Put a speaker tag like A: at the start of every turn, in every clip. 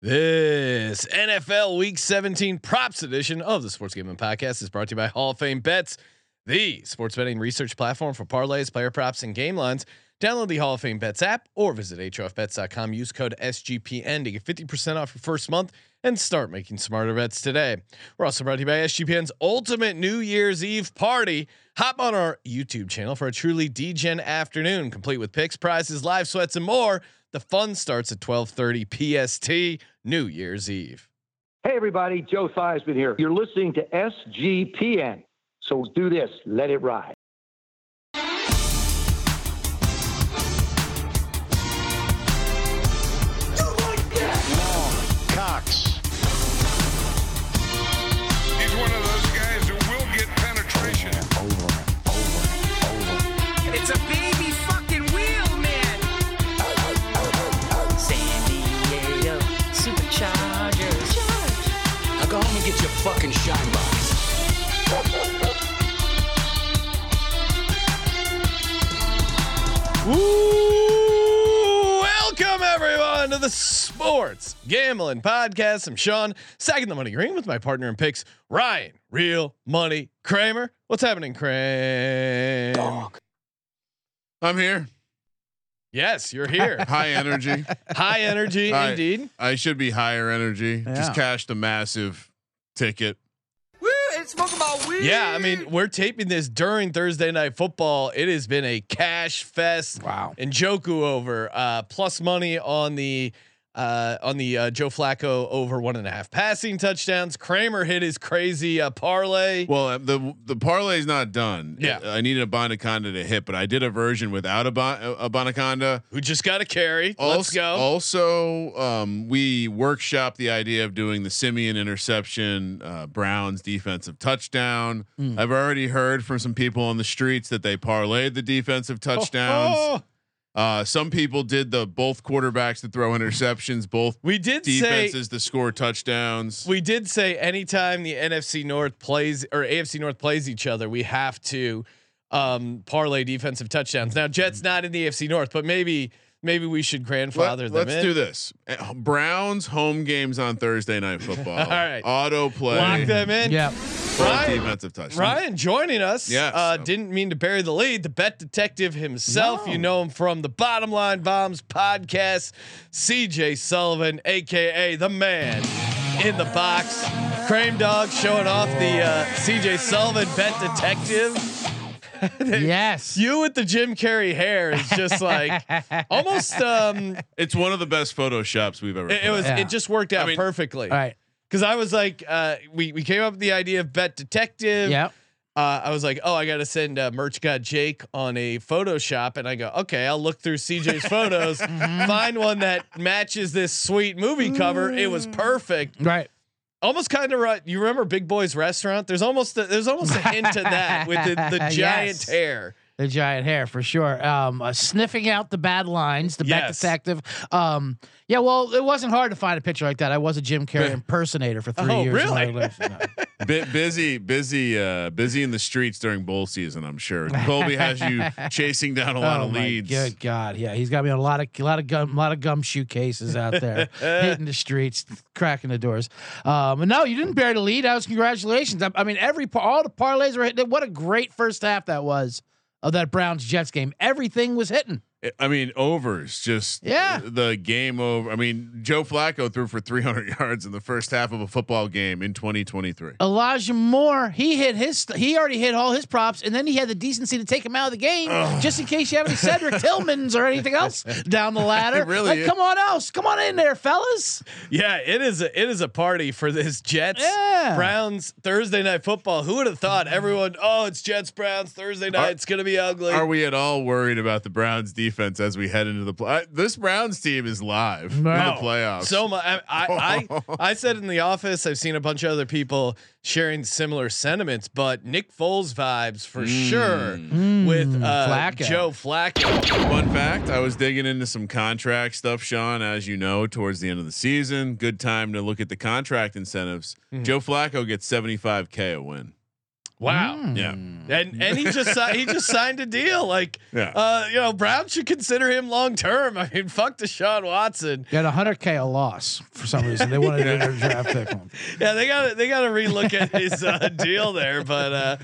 A: This NFL Week 17 props edition of the Sports Gaming Podcast is brought to you by Hall of Fame Bets, the sports betting research platform for parlays, player props, and game lines. Download the Hall of Fame Bets app or visit hofbets.com. Use code SGPN to get 50% off your first month and start making smarter bets today. We're also brought to you by SGPN's ultimate New Year's Eve party. Hop on our YouTube channel for a truly degen afternoon, complete with picks, prizes, live sweats, and more. The fun starts at 12:30 PST, New Year's Eve.
B: Hey everybody, Joe Theismann here. You're listening to SGPN. So do this, let it ride.
C: Cox.
D: He's one of those guys who will get penetration.
C: Over, over, over.
E: It's a baby fucking wheel, man. San Diego Superchargers.
F: Now go home and get your fucking shine box.
A: Ooh, welcome everyone to the Sports Gambling Podcast. I'm Sean, sacking the money green with my partner in picks, Ryan, real money Kramer. What's happening, Kramer?
G: I'm here.
A: Yes, you're here.
G: High energy.
A: High energy,
G: Hi.
A: indeed.
G: I should be higher energy. Just
H: Yeah.
G: cashed a massive ticket.
E: Woo, it's smoking about weed.
A: Yeah, I mean, we're taping this during Thursday night football. It has been a cash fest.
H: Wow.
A: And Joku over uh, plus money on the uh, on the uh, Joe Flacco over one and a half passing touchdowns. Kramer hit his crazy uh, parlay.
G: Well, uh, the the parlay's not done. Uh,
A: Yeah.
G: I needed a Bonaconda to hit, but I did a version without a, bon- a Bonaconda.
A: who just got a carry. Let's
G: Also,
A: go.
G: also um, we workshopped the idea of doing the Simeon interception, uh, Browns defensive touchdown.
A: Hmm.
G: I've already heard from some people on the streets that they parlayed the defensive touchdowns.
A: Oh,
G: Uh, some people did the both quarterbacks to throw interceptions, both
A: we did say
G: defenses to score touchdowns.
A: we did say anytime the NFC North plays or AFC North plays each other, we have to um, parlay defensive touchdowns. Now Jets not in the AFC North, but maybe maybe we should grandfather them
G: us
A: in.
G: do this. Uh, Browns home games on Thursday night football. All
A: right.
G: Auto play.
A: Lock them in.
H: Yeah.
G: both
A: Ryan.
G: defensive touchdowns.
A: Ryan joining us.
G: Yes.
A: Uh, didn't mean to bury the lead. The bet detective himself. You know him from the Bottom Line Bombs podcast. CJ Sullivan, aka the man in the box. Crane Dog showing off the uh, CJ Sullivan bet detective.
H: Yes.
A: You with the Jim Carrey hair is just like almost. Um,
G: It's one of the best photoshops we've ever.
A: it, it
G: put
A: was.
G: up.
H: Yeah.
A: It just worked out
G: I mean-
A: perfectly.
H: All right.
A: Because I was like, uh, we we came up with the idea of bet detective.
H: Yeah.
A: uh, I was like, oh, I got to send uh, merch god Jake on a Photoshop, and I go, okay, I'll look through CJ's photos,
H: Mm-hmm.
A: find one that matches this sweet movie cover. It was
H: Mm.
A: perfect,
H: Right.
A: almost kind of right. You remember Big Boy's Restaurant? There's almost a, there's almost a hint of that with the, the giant
H: Yes.
A: hair.
H: The giant hair for sure. Um, uh, sniffing out the bad lines. The
A: Yes.
H: bet detective. Um, yeah. Well, it wasn't hard to find a picture like that. I was a Jim Carrey impersonator for three
A: Oh,
H: years. of my
A: really?
H: life. No.
G: Bu- busy, busy, uh, busy in the streets during bowl season. I'm sure Colby has you chasing down a lot
H: Oh,
G: of
H: my
G: leads.
H: Good God. Yeah. He's got me on a lot of a lot of gum a lot of gumshoe cases out there, hitting the streets, cracking the doors. Um, but no, you didn't bear the lead. I was congratulations. I, I mean, every par- all the parlays were hitting. What a great first half that was of that Browns Jets game. Everything was hitting.
G: I mean, overs just
H: Yeah.
G: the game over. I mean, Joe Flacco threw for 300 yards in the first half of a football game in 2023.
H: Elijah Moore, he hit his, he already hit all his props, and then he had the decency to take him out of the game just in case you have any Cedric Tillmans or anything else down the ladder.
G: really
H: like,
G: is.
H: come on, else, come on in there, fellas.
A: Yeah, it is a it is a party for this Jets
H: Yeah. Mm.
A: Browns Thursday night football. Who would have thought everyone? Oh, it's Jets Browns Thursday night. it's gonna be ugly.
G: Are we at all worried about the Browns defense as we head into the play? This Browns team is live in
H: No.
G: the playoffs.
A: So much. I, I, I, I said in the office, I've seen a bunch of other people sharing similar sentiments, but Nick Foles vibes
G: Hmm.
A: for sure with uh,
H: Flacco.
A: Joe Flacco.
G: Fun fact: I was digging into some contract stuff, Sean. As you know, towards the end of the season,
A: Hmm.
G: good time to look at the contract incentives. Joe Flacco gets 75k a win.
A: Wow.
G: Yeah.
A: And and he just si- he just signed a deal. Like
G: Yeah.
A: uh, you know, Brown should consider him long term. I mean, fuck Deshaun Watson.
H: Got a hundred k a loss for some reason. They wanted to do their draft pick. on.
A: Yeah, they got to they got to relook at his uh, deal there. But uh,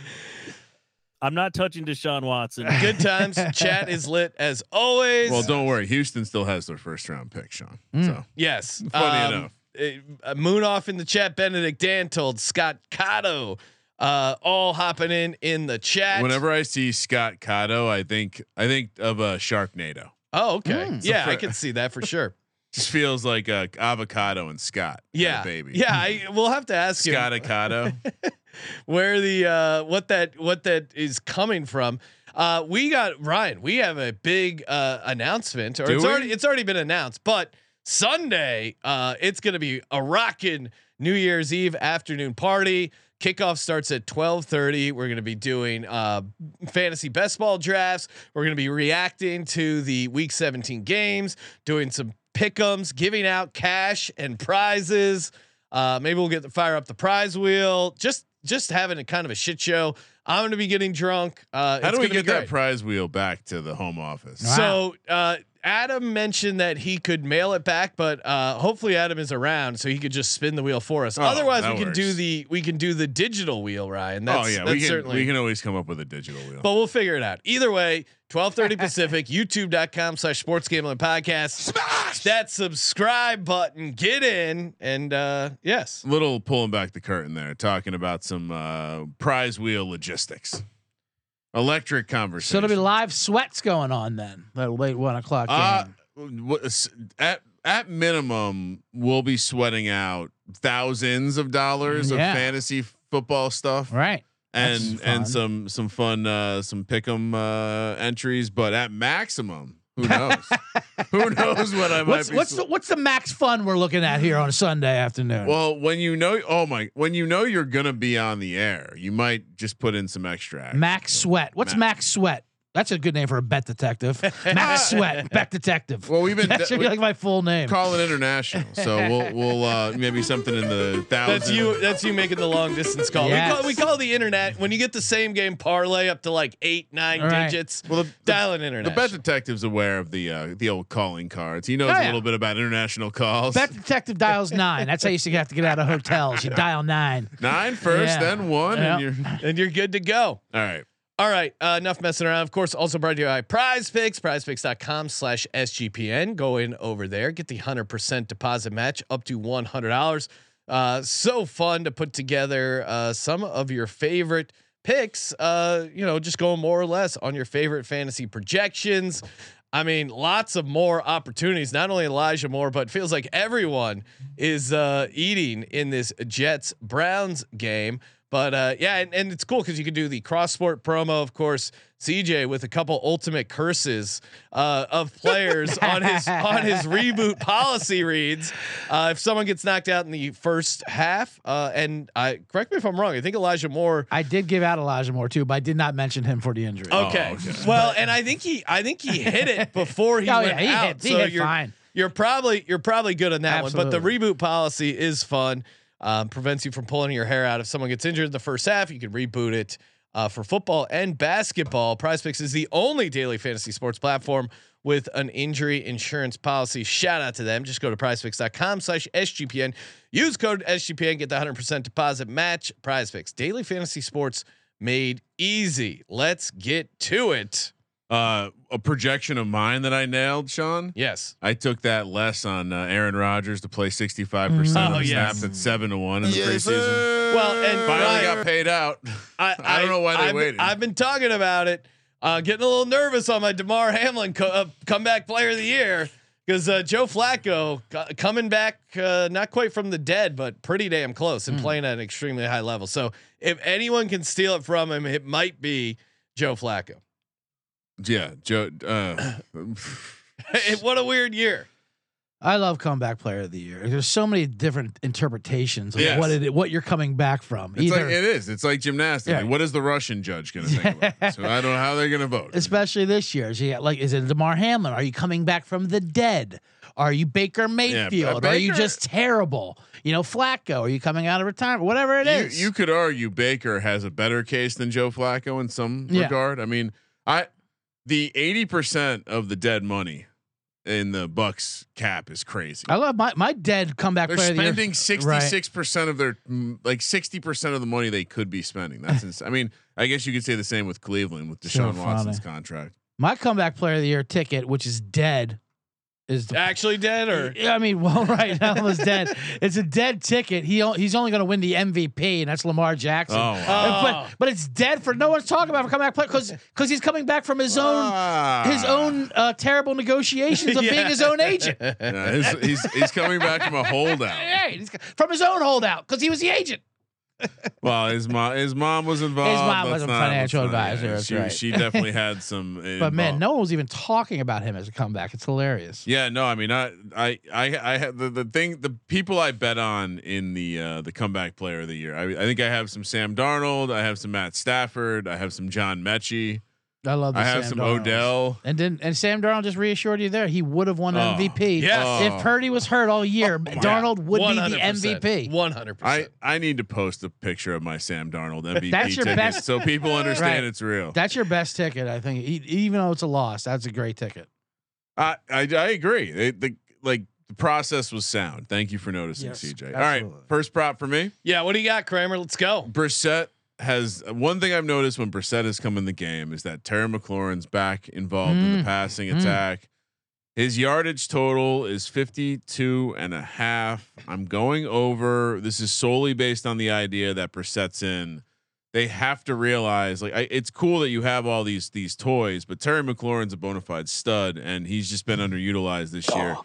I: I'm not touching Deshaun Watson.
A: good times. Chat is lit as always.
G: Well, don't worry. Houston still has their first round pick, Sean.
A: Hmm.
G: So
A: yes,
G: Funny enough.
A: it- uh, moon off in the chat. Benedict Dan told Scott Cotto, uh, all hopping in in the chat.
G: whenever I see Scott Cotto, I think I think of a Sharknado.
A: Oh, okay. Yeah,
G: So
A: I
G: for-
A: can see that for sure.
G: Just feels like a avocado and Scott. had a
A: Yeah,
G: baby.
A: Yeah, I, we'll have to ask you
G: Scott Cotto.
A: where the uh, what that what that is coming from. Uh, we got Ryan. We have a big uh, announcement, or
G: Do
A: it's
G: we?
A: already it's already been announced. But Sunday, uh, it's going to be a rockin' New Year's Eve afternoon party. Kickoff starts at twelve thirty. We're going to be doing uh, fantasy best ball drafts. We're going to be reacting to the Week Seventeen games, doing some pickums, giving out cash and prizes. Uh, maybe we'll get to fire up the prize wheel. Just just having a kind of a shit show. I'm going to be getting drunk. Uh,
G: How
A: it's
G: do we
A: gonna be
G: get that
A: great.
G: prize wheel back to the home office? oh,
H: Wow.
A: So uh, Adam mentioned that he could mail it back, but uh, hopefully Adam is around so he could just spin the wheel for us.
G: Oh,
A: Otherwise, we
G: that
A: can do
G: works.
A: the we can do the digital wheel, Ryan. That's,
G: oh yeah,
A: that's
G: we can
A: certainly.
G: we can always come up with a digital wheel.
A: but we'll figure it out. Either way, 1230 Pacific, youtube.com slash sports gambling podcast. Smash that subscribe button. Get in. And uh yes.
G: Little pulling back the curtain there, talking about some uh, prize wheel logistics, electric conversation.
H: So it'll be live sweats going on then. That late one o'clock.
G: Uh,
H: game.
G: what- s- at at minimum, we'll be sweating out thousands of dollars
H: Yeah.
G: of fantasy football stuff,
H: right. that's
G: and
H: fun.
G: and some some fun uh, some pick'em uh, entries. But at maximum, who knows? who knows what I might
H: What's
G: be?
H: what's
G: swe-
H: the, what's the max fun we're looking at here on a Sunday afternoon?
G: well, when you know, oh my, when you know you're gonna be on the air, you might just put in some extra. action.
H: Max Sweat. What's
G: Max.
H: Max, Sweat? That's a good name for a bet detective. Max Sweat, bet detective.
G: Well, we've been
H: that should be
G: we-
H: like my full name.
G: call it international, so we'll we'll uh, maybe something in the thousands.
A: That's you. That's you making the long distance call.
H: Yes.
A: We call we call the internet when you get the same game parlay up to like eight nine
H: All right.
A: digits.
G: Well, the- the-
A: dialing
G: The
A: internet.
G: bet detective's aware of the uh, the old calling cards. He knows
H: Oh,
G: a
H: yeah.
G: little bit about international calls.
H: Bet detective dials nine. That's how you used to have to get out of hotels. You dial nine.
G: Nine first,
H: Yeah.
G: then one, and
H: Yeah.
G: you're all
A: and you're good to go.
G: right.
A: All right, uh, enough messing around. Of course, also brought to you by Prize Picks, prizepicks.com slash SGPN. Go in over there, get the 100% deposit match up to $100. Uh, so fun to put together uh, some of your favorite picks, uh, you know, just go more or less on your favorite fantasy projections. I mean, lots of more opportunities, not only Elijah Moore, but it feels like everyone is uh, eating in this Jets Browns game. But uh, yeah, and, and it's cool because you can do the cross sport promo, of course. CJ with a couple ultimate curses uh, of players on his on his reboot policy reads. Uh, if someone gets knocked out in the first half, uh, and I correct me if I'm wrong, I think Elijah Moore
H: I did give out Elijah Moore too, but I did not mention him for the injury.
A: Okay.
G: okay.
A: Well, and I think he I think he hit it before he
H: Oh,
A: went
H: yeah, he hit-
A: out.
H: he
A: so
H: hit
A: you're
H: fine.
A: you're probably you're probably good on that one. But the
H: Absolutely.
A: reboot policy is fun. Um, prevents you from pulling your hair out if someone gets injured in the first half. You can reboot it. Uh, for football and basketball, Prize Picks is the only daily fantasy sports platform with an injury insurance policy. Shout out to them. Just go to prizepicks.com slash SGPN. Use code SGPN, get the 100% deposit match. Prize Picks, daily fantasy sports made easy. Let's get to it.
G: Uh, a projection of mine that I nailed, Sean.
A: Yes.
G: I took that less on uh, Aaron Rodgers to play 65
H: Mm-hmm.
A: Oh,
G: percent of the
A: yes.
G: snaps at seven to one in the preseason.
A: Well, and
G: Finally
A: Ryan-
G: got paid out.
A: I,
G: I don't know why they
A: I've,
G: waited.
A: I've been talking about it. Uh, getting a little nervous on my Demar Hamlin co- uh, comeback player of the year because uh, Joe Flacco co- coming back, uh, not quite from the dead, but pretty damn close
G: Hmm.
A: and playing at an extremely high level. So if anyone can steal it from him, it might be Joe Flacco.
G: yeah, Joe. Uh,
A: what a weird year!
H: I love comeback player of the year. There's so many different interpretations of
G: Yes.
H: what it what you're coming back from.
G: It's like it is. It's like gymnastics.
H: Yeah.
G: Like, what is the Russian judge going to think about? this? So I don't know how they're going to vote.
H: especially this year. Is he, like, is it Demar Hamlin? Are you coming back from the dead? Are you Baker Mayfield? Are you
G: Baker-
H: just terrible? You know, Flacco. Are you coming out of retirement? Whatever it
G: you,
H: is.
G: you could argue Baker has a better case than Joe Flacco in some
H: Yeah.
G: regard. I mean, I the eighty percent of the dead money in the Bucks cap is crazy.
H: I love my my dead comeback
G: They're
H: player. of the year.
G: spending sixty six percent of their mm, like sixty percent of the money they could be spending. That's ins- I mean, I guess you could say the same with Cleveland with
H: So
G: Deshaun Watson's
H: funny.
G: contract.
H: My comeback player of the year ticket, which is dead, is the
A: Actually dead or
H: Yeah, I mean, well, right, almost dead. It's a dead ticket. He o- he's only going to win the MVP, and that's Lamar
G: Oh,
H: Jackson.
G: wow.
H: And- But but it's dead for no one's talking about for coming back play because because he's coming back from his own
G: Ah.
H: his own uh, terrible negotiations of being his own agent.
G: Yeah, he's, he's he's coming back from a holdout.
H: Right, he's- from his own holdout because he was the agent.
G: Well, his mom his mom was involved.
H: mom
G: That's
H: was a
G: not- that's
H: financial
G: not- yeah,
H: advisor, that's
G: She,
H: right.
G: she definitely had some.
H: But man,
G: involved.
H: no one was even talking about him as a comeback. It's hilarious.
G: Yeah, no. I mean, I, I, I, I had the, the thing. The people I bet on in the uh, the comeback player of the year. I, I think I have some Sam Darnold. I have some Matt Stafford. I have some John Mechie.
H: I love. The
G: I have some
H: Sam Darnolds.
G: Odell.
H: And then and Sam Darnold just reassured you there he would have won
G: Oh,
H: MVP.
A: yes.
G: Oh.
H: If Purdy was hurt all year, Darnold would be the MVP.
A: One hundred
G: I,
A: percent.
G: I need to post a picture of my Sam Darnold MVP
H: That's your
G: tickets
H: best-
G: so people understand
H: Right.
G: it's real.
H: That's your best ticket, I think. E- Even though it's a loss, that's a great ticket.
G: I, I, I agree. They, the like the process was sound. Thank you for noticing,
H: Yes,
G: CJ. All
H: absolutely.
G: right, first prop for me.
A: Yeah, what do you got, Kramer? Let's go.
G: Brissett has one thing I've noticed when Brissett has come in the game is that Terry McLaurin's back involved in the
H: Mm.
G: passing
H: Mm.
G: attack. His yardage total is 52 and a half. I'm going over. This is solely based on the idea that Brissett's in. They have to realize like I, it's cool that you have all these these toys, but Terry McLaurin's a bona fide stud, and he's just been underutilized this year.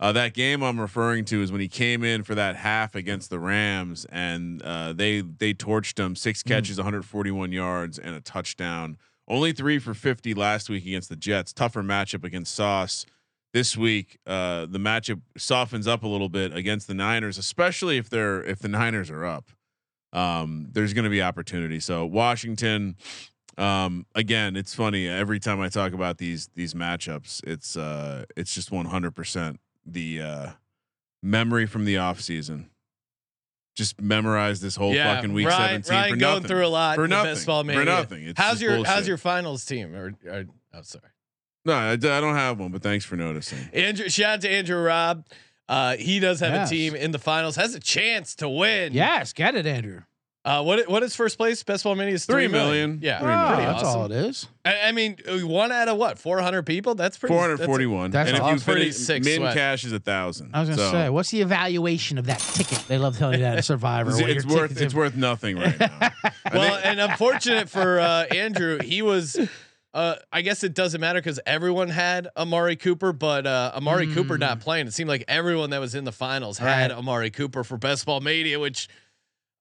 G: Uh, that game I'm referring to is when he came in for that half against the Rams, and uh, they they torched him six
H: Mm.
G: catches, 141 yards, and a touchdown. Only three for 50 last week against the Jets. Tougher matchup against Sauce. This week, uh, the matchup softens up a little bit against the Niners, especially if they're if the Niners are up. Um, there's going to be opportunity. So Washington, um, again, it's funny every time I talk about these these matchups. It's uh, it's just 100 percent the uh memory from the off season. Just memorize this whole
A: yeah,
G: fucking week
A: Ryan,
G: seventeen
A: Ryan
G: for
A: going
G: nothing.
A: through a lot
G: for
A: in the
G: nothing.
A: best ball
G: For
A: mania.
G: nothing. It's
A: how's
G: just
A: your
G: bullshit.
A: How's your finals team? Or, or oh, sorry.
G: no, I, d- I don't have one, but thanks for noticing.
A: Andrew, shout out to Andrew Robb. Uh, he does have
H: Yes.
A: a team in the finals, has a chance to win.
H: Yes, get it, Andrew.
A: Uh, what what is first place? Best ball mini is
G: Three
A: three million.
G: million.
A: Yeah,
G: Three
H: Oh,
G: million.
A: pretty
H: that's
A: awesome.
H: all it is.
A: I, I mean, uh, one out of what? Four hundred people. That's pretty.
G: Four
A: that's-
G: hundred forty-one.
H: That's
G: and if
H: awesome.
G: you finish,
A: Pretty sick
G: min
A: sweat.
G: cash is a thousand.
H: I was gonna
G: So
H: say, what's the evaluation of that ticket? They love telling you that in Survivor.
G: It's,
H: what
G: it's
H: your
G: worth
H: ticket's
G: it's
H: in-
G: worth nothing right now. I
A: Well,
G: think-
A: and unfortunate for uh, Andrew, he was. Uh, I guess it doesn't matter because everyone had Amari Cooper, but uh, Amari Cooper not playing. It seemed like everyone that was in the finals had
H: Mm. Right.
A: Amari Cooper for best ball media. Which,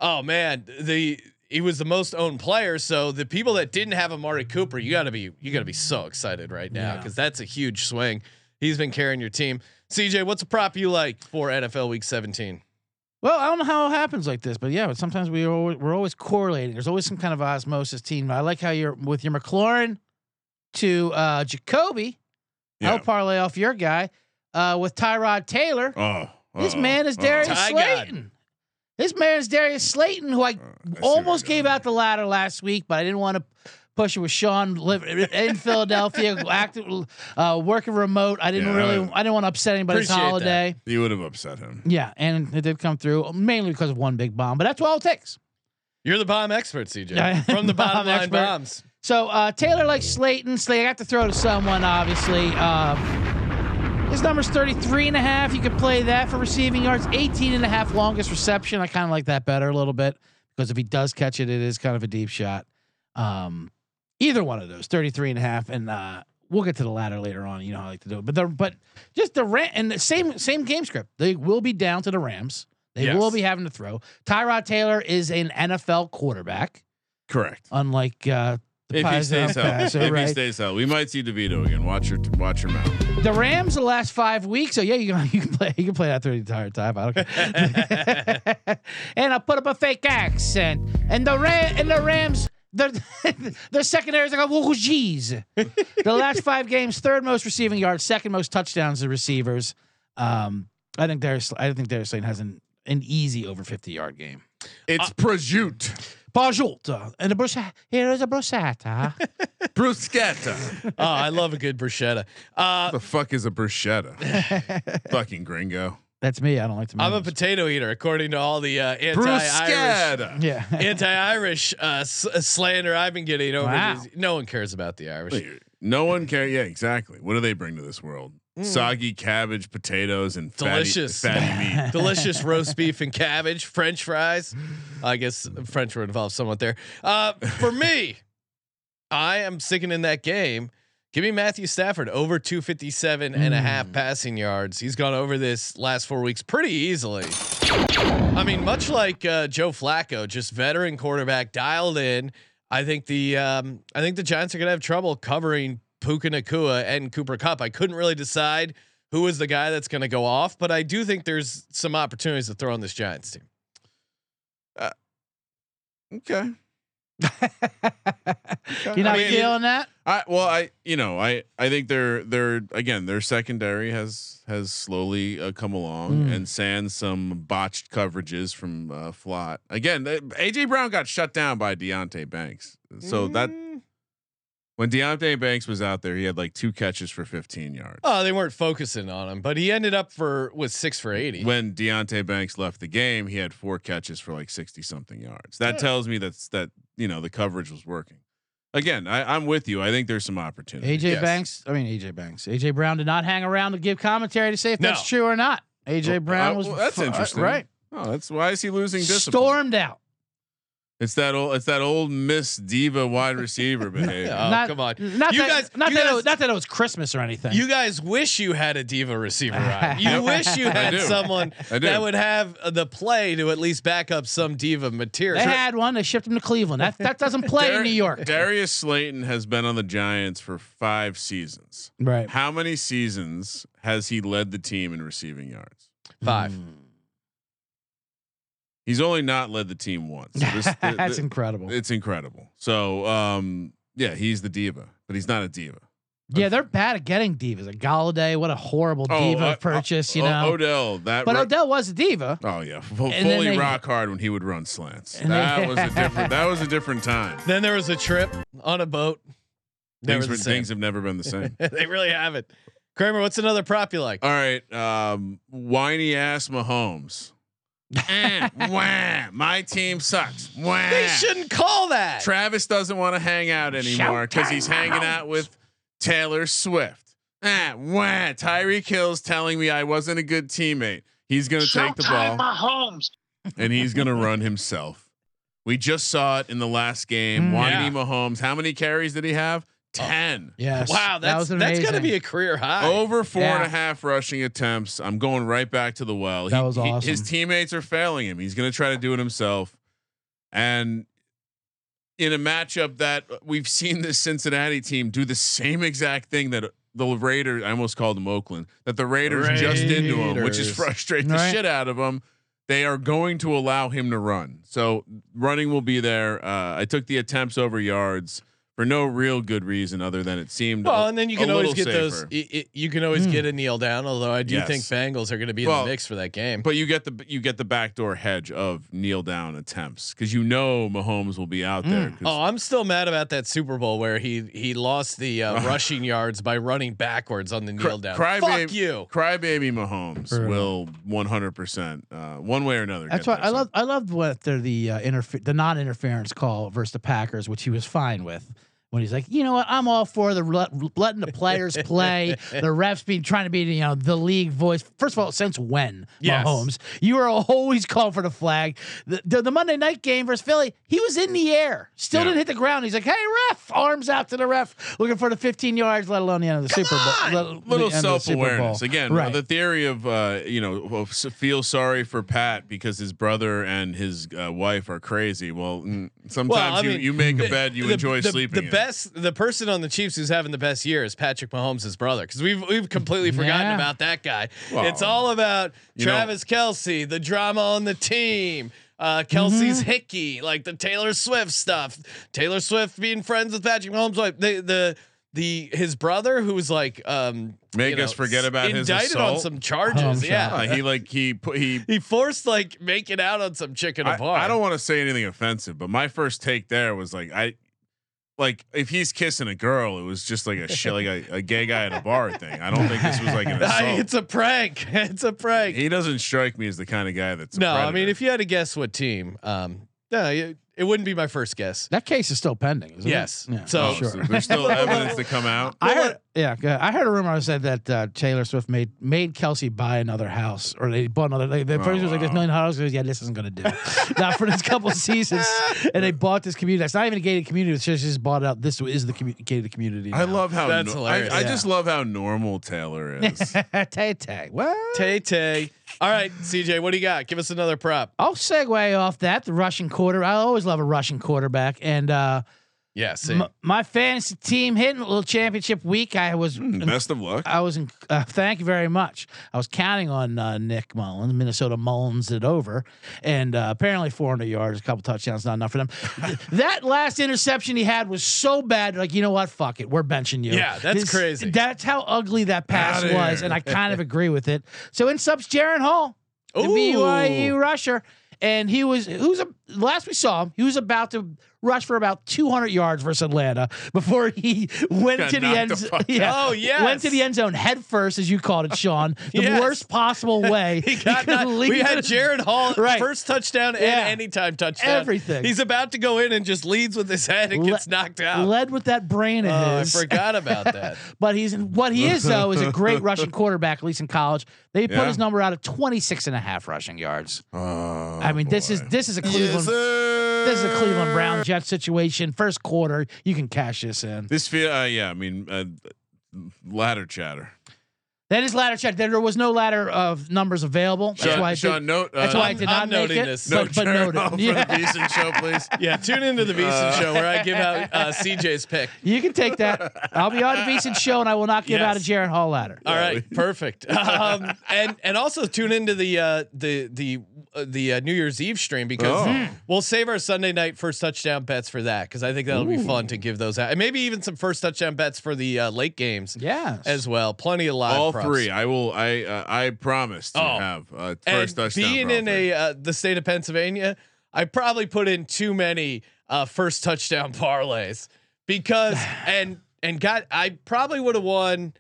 A: oh man, the he was the most owned player. So the people that didn't have Amari Cooper, you gotta be you gotta be so excited right now
H: Yeah.
A: because that's a huge swing. He's been carrying your team. CJ, what's a prop you like for NFL Week 17?
H: Well, I don't know how it happens like this, but yeah, but sometimes we always, we're always correlating. There's always some kind of osmosis team. I like how you're with your McLaurin to uh, Jacoby.
G: yeah.
H: I'll parlay off your guy uh, with Tyrod Taylor.
G: Oh,
H: This
G: oh,
H: man is
G: oh.
H: Darius
A: Ty God.
H: Slayton. This man is Darius Slayton, who
G: oh,
H: I
G: I see what
H: almost
G: you're
H: gave
G: doing.
H: out the ladder last week, but I didn't want to push it with Sean live in Philadelphia, active, uh, working remote. I didn't
G: Yeah, I
H: really,
G: don't-
H: I didn't want to upset anybody's
A: Appreciate that.
H: holiday.
G: You would have upset him.
H: Yeah, and it did come through mainly because of one big bomb, but that's all it takes.
A: You're the bomb expert, CJ.
H: I am
A: From the bottom
H: bomb
A: line
H: expert.
A: bombs.
H: So uh, Taylor likes Slayton. Slay, I got to throw to someone, obviously. Uh, his number's 33 and a half. You could play that for receiving yards. 18 and a half longest reception. I kind of like that better a little bit because if he does catch it, it is kind of a deep shot. Um, either one of those, 33 and a half. And uh, we'll get to the latter later on. You know how I like to do it. But the, but just the rant and the same same game script. They will be down to the Rams. They
A: Yes.
H: will be having to throw. Tyrod Taylor is an NFL quarterback
G: Correct.
H: unlike uh,
G: If
H: The
G: he
H: Pies out
G: stays out,
H: Passer,
G: if he
H: right.
G: stays out, we might see Devito again. Watch your watch your mouth.
H: The Rams the last five weeks. So yeah, you can you can play you can play that through the entire time. I don't care. and I'll put up a fake accent. And the Ram and the Rams. Their, their secondaries are like, oh, geez. The last five games, third most receiving yards, second most touchdowns to receivers. Um, I think Darius, I think Darius Slayton has an, an easy over fifty yard game. Uh,
G: It's prosciutto,
H: Pajolta and a bruschetta. Here is a bruschetta.
G: bruschetta.
A: Oh, I love a good bruschetta. Uh,
G: the fuck is a bruschetta? Fucking gringo.
H: That's me. I don't like to.
A: I'm a potato eater, according to all the uh, anti-Irish,
G: Bruschetta.
H: yeah.
A: anti-Irish uh, s- slander I've been getting over.
H: Wow.
A: these- no one cares about the Irish.
G: No one cares. Yeah, exactly. What do they bring to this world?
H: Hmm.
G: Soggy cabbage, potatoes, and fatty,
A: Delicious.
G: fatty meat.
A: delicious roast beef and cabbage, French fries. I guess French were involved somewhat there. Uh, for me, I am sticking in that game. Give me Matthew Stafford over 257 and a half passing yards. He's gone over this last four weeks pretty easily. I mean, much like uh, Joe Flacco, just veteran quarterback dialed in. I think the um, I think the Giants are gonna have trouble covering Puka Nakua and Cooper Cup. I couldn't really decide who is the guy that's gonna go off, but I do think there's some opportunities to throw on this Giants team.
G: Okay.
H: You're not
G: I mean-
H: feeling that?
G: I well, I you know, I I think their their again their secondary has has slowly uh, come along
H: Mm.
G: and sans some botched coverages from uh, Flott. Again, they- AJ Brown got shut down by Deontay Banks, so that
H: Hmm.
G: when Deontay Banks was out there, he had like two catches for 15 yards.
A: Oh, they weren't focusing on him, but he ended up for with six for eighty.
G: When Deontay Banks left the game, he had four catches for like 60 something yards. That tells me that's that you know the coverage was working. Again, I, I'm with you. I think there's some opportunity.
H: AJ Banks. I mean AJ Banks. AJ Brown did not hang around to give commentary to say if
A: No.
H: that's true or not. AJ
G: Well,
H: Brown
G: uh,
H: was
G: well, that's
H: fu- uh,
G: interesting.
H: right?
G: Oh, that's why is he losing discipline?
H: Stormed out.
G: It's that old. It's that old Miss Diva wide receiver behavior.
A: Oh,
H: not,
A: come on.
H: Not
A: You
H: that,
A: guys-
H: not,
A: you
H: that it
A: guys-
H: was, not that it was Christmas or anything.
A: You guys wish you had a diva receiver. Ryan. You wish you
H: I
A: had
G: do.
A: someone
G: I do.
A: that would have the play to at least back up some diva
H: they
A: material.
H: had one. They shipped him to Cleveland. That that doesn't play in
G: Dar-
H: New York.
G: Darius Slayton has been on the Giants for five seasons.
H: right.
G: How many seasons has he led the team in receiving yards?
A: Five.
G: He's only not led the team once. So this- the-
H: that's
G: the-
H: incredible.
G: It's incredible. So, um, yeah, he's the diva, but he's not a diva.
H: yeah, they're bad at getting divas. Like Galladay, what a horrible diva
G: uh,
H: purchase, you
G: O-
H: know.
G: Odell. That
H: but
G: ru-
H: Odell was a diva.
G: Oh yeah, Fo-
H: And then
G: fully
H: they-
G: rock hard when he would run slants.
H: And they-
G: That was a different. That was a different time.
A: Then there was a trip on a boat. Never
G: Things, were,
A: the same.
G: things have never been the same.
A: they really haven't. Kramer, what's another prop you
H: Oh,
A: like?
G: All right, um, whiny ass Mahomes. Eh, wah, my team sucks. Wah.
A: They shouldn't call that.
G: Travis doesn't want to hang out anymore because he's hanging out with Taylor Swift. Eh, wah. Tyree Kills telling me I wasn't a good teammate. He's gonna take the ball. and he's going to run himself. We just saw it in the last game.
H: Mm.
G: Whiny
A: Yeah.
G: Mahomes. How many carries did he have? 10.
H: Yes.
A: wow, that's
H: that was
A: that's gonna
H: amazing. Oh,
A: be a career high.
G: Over four and a half
H: Yeah.
G: rushing attempts. I'm going right back to the well.
H: That was awesome.
G: his teammates are failing him. He's going to try to do it himself. And in a matchup that we've seen this Cincinnati team do the same exact thing that the Raiders, I almost called them Oakland, that the Raiders, just did to him, which is
A: Raiders.
G: frustrating the
H: Right.
G: shit out of him. They are going to allow him to run. So running will be there. Uh, I took the attempts over yards for no real good reason other than it seemed. a-
A: well, and then you
G: a
A: can always
G: little
A: get those.
G: safer.
A: i- i- you can always
H: Mm.
A: get a kneel down. Although I do
G: Yes.
A: think Bengals are going to be
G: Well,
A: in the mix for that game.
G: But you get the you get the backdoor hedge of kneel down attempts because you know Mahomes will be out there. 'cause-
A: Oh, I'm still mad about that Super Bowl where he he lost the uh, rushing yards by running backwards on the
G: Cry-
A: kneel down.
G: crybaby-
A: Fuck you.
G: Crybaby Mahomes
H: Brutal.
G: will 100 percent uh, one way or another.
H: That's
G: get
H: why
G: there.
H: I
G: So-
H: love I loved what the the uh, interfe- the non interference call versus the Packers, which he was fine with. When he's like, you know what, I'm all for the let, letting the players play, the refs being trying to be you know the league voice. First of all, since when
A: Yes.
H: Mahomes, you were always calling for the flag. The, the, the Monday night game versus Philly, he was in the air, still
G: Yeah.
H: didn't hit the ground. He's like, hey ref, arms out to the ref, looking for the 15 yards, let alone the end of the Super Bowl.
G: little
H: let- the end of the
G: self
H: Super Bowl.
G: awareness again.
H: right?
G: The theory of uh, you know of s- feel sorry for Pat because his brother and his uh, wife are crazy. Well, mm, sometimes
A: I
G: you,
A: mean,
G: you make a bed you enjoy
A: the,
G: sleeping.
A: The
G: in.
A: best, the person on the Chiefs who's having the best year is Patrick Mahomes' brother because we've we've completely forgotten
H: Yeah.
A: about that guy.
G: Well,
A: it's all about
G: you know-
A: Travis Kelsey, the drama on the team, uh, Kelsey's
G: Mm-hmm.
A: hickey, like the Taylor Swift stuff. Taylor Swift being friends with Patrick Mahomes, like the the the his brother who was like um
G: Make us forget about his
A: indicted on
G: assault?
A: some charges.
H: Oh,
A: yeah,
G: Uh, he like he put he.
A: he forced like making out on some chick in a
G: I,
A: bar.
G: I don't want to say anything offensive, but my first take there was like I, like if he's kissing a girl, it was just like a shit, like a, a gay guy at a bar thing. I don't think this was like an assault.
A: it's a prank. It's a prank.
G: he doesn't strike me as the kind of guy that's a
A: no, I
G: predator.
A: mean, if you had to guess what team, um, no, it, it wouldn't be my first guess.
H: That case is still pending. Isn't
A: Yes.
H: It? Yeah,
A: So-
G: Oh,
A: sure.
G: so there's still evidence to come out.
H: I heard, yeah, go ahead. I heard a rumor that said that uh, Taylor Swift made made Kelsey buy another house, or they bought another. They, the
G: Oh,
H: person was like, "There's
G: wow.
H: million dollars." He goes, "Yeah, this isn't gonna do. it." Not for this couple of seasons." And they bought this community. That's not even a gated community. It's just, just bought out. This is the commu- gated community.
G: I
H: now.
G: love how
A: That's
G: no-
A: hilarious.
G: I, I
H: Yeah.
G: just love how normal Taylor is.
H: Tay Tay. What?
A: Tay Tay. All right, CJ, what do you got? Give us another prop.
H: I'll segue off that. The Russian quarter. I always love a Russian quarterback, and uh,
A: Yeah, same.
H: m- my fantasy team hitting a little championship week. I was
G: Best of luck.
H: I was in. Uh, thank you very much. I was counting on uh, Nick Mullins. Minnesota Mullins it over, and uh, apparently 400 yards, a couple touchdowns, not enough for them. Th- that last interception he had was so bad. Like you know what? Fuck it, we're benching you.
A: Yeah, that's crazy.
H: That's how ugly that pass
G: Outta
H: was,
G: here.
H: and I kind of agree with it. So in subs, Jaron Hall, the
A: Ooh.
H: BYU E rusher. And he was who's a last we saw him, he was about to rush for about 200 yards versus Atlanta before he went
G: Got
H: to the
G: knocked
H: end.
G: the fuck
A: out. Oh,
H: went to
A: yes.
H: the end zone head first, as you called it, Sean. The
A: Yes.
H: worst possible way.
A: He got
H: could
A: that. We
H: leave
A: had
H: it-
A: Jared Hall
H: Right.
A: first touchdown
H: Yeah.
A: and anytime touchdown.
H: Everything.
A: He's about to go in and just leads with his head and
H: Le-
A: gets knocked out.
H: Led with that brain of
A: oh, I
H: his.
A: forgot about that.
H: But he's what he is though is a great rushing quarterback, at least in college. They put
G: Yeah.
H: his number out at 26 and a half rushing yards.
G: Oh,
H: I mean, this
G: boy.
H: is this is a Cleveland this is a Cleveland Brown Jet situation. First quarter, you can cash this in.
G: This feel uh, yeah. I mean, uh, ladder chatter.
H: That is ladder check. There was no ladder of numbers available. That's
G: Sean,
H: why I did-
G: Sean note. Uh,
H: that's why I did
A: I'm
H: not make
A: noting
H: it.
A: this.
G: No
H: but, but
G: turn
H: noted.
G: off for
H: Yeah.
G: the Beeson show, please.
A: Yeah, tune into the Beeson
G: Uh.
A: show where I give out uh, CJ's pick.
H: You can take that. I'll be on a decent show, and I will not give out a
A: Yes.
H: Jaron Hall ladder.
A: All right, perfect. Um, and and also tune into the uh, the the uh, the uh, New Year's Eve stream because
G: Oh. Hmm.
A: we'll save our Sunday night first touchdown bets for that because I think that'll be fun to give those out and maybe even some first touchdown bets for the uh, late games
H: Yes.
A: as well. Plenty of live
G: All
A: props.
G: three. I will. I uh, I promise to
A: Oh.
G: have uh,
A: And
G: first touchdown.
A: being in a uh, the state of Pennsylvania, I probably put in too many uh, first touchdown parlays because and and got I probably would have won.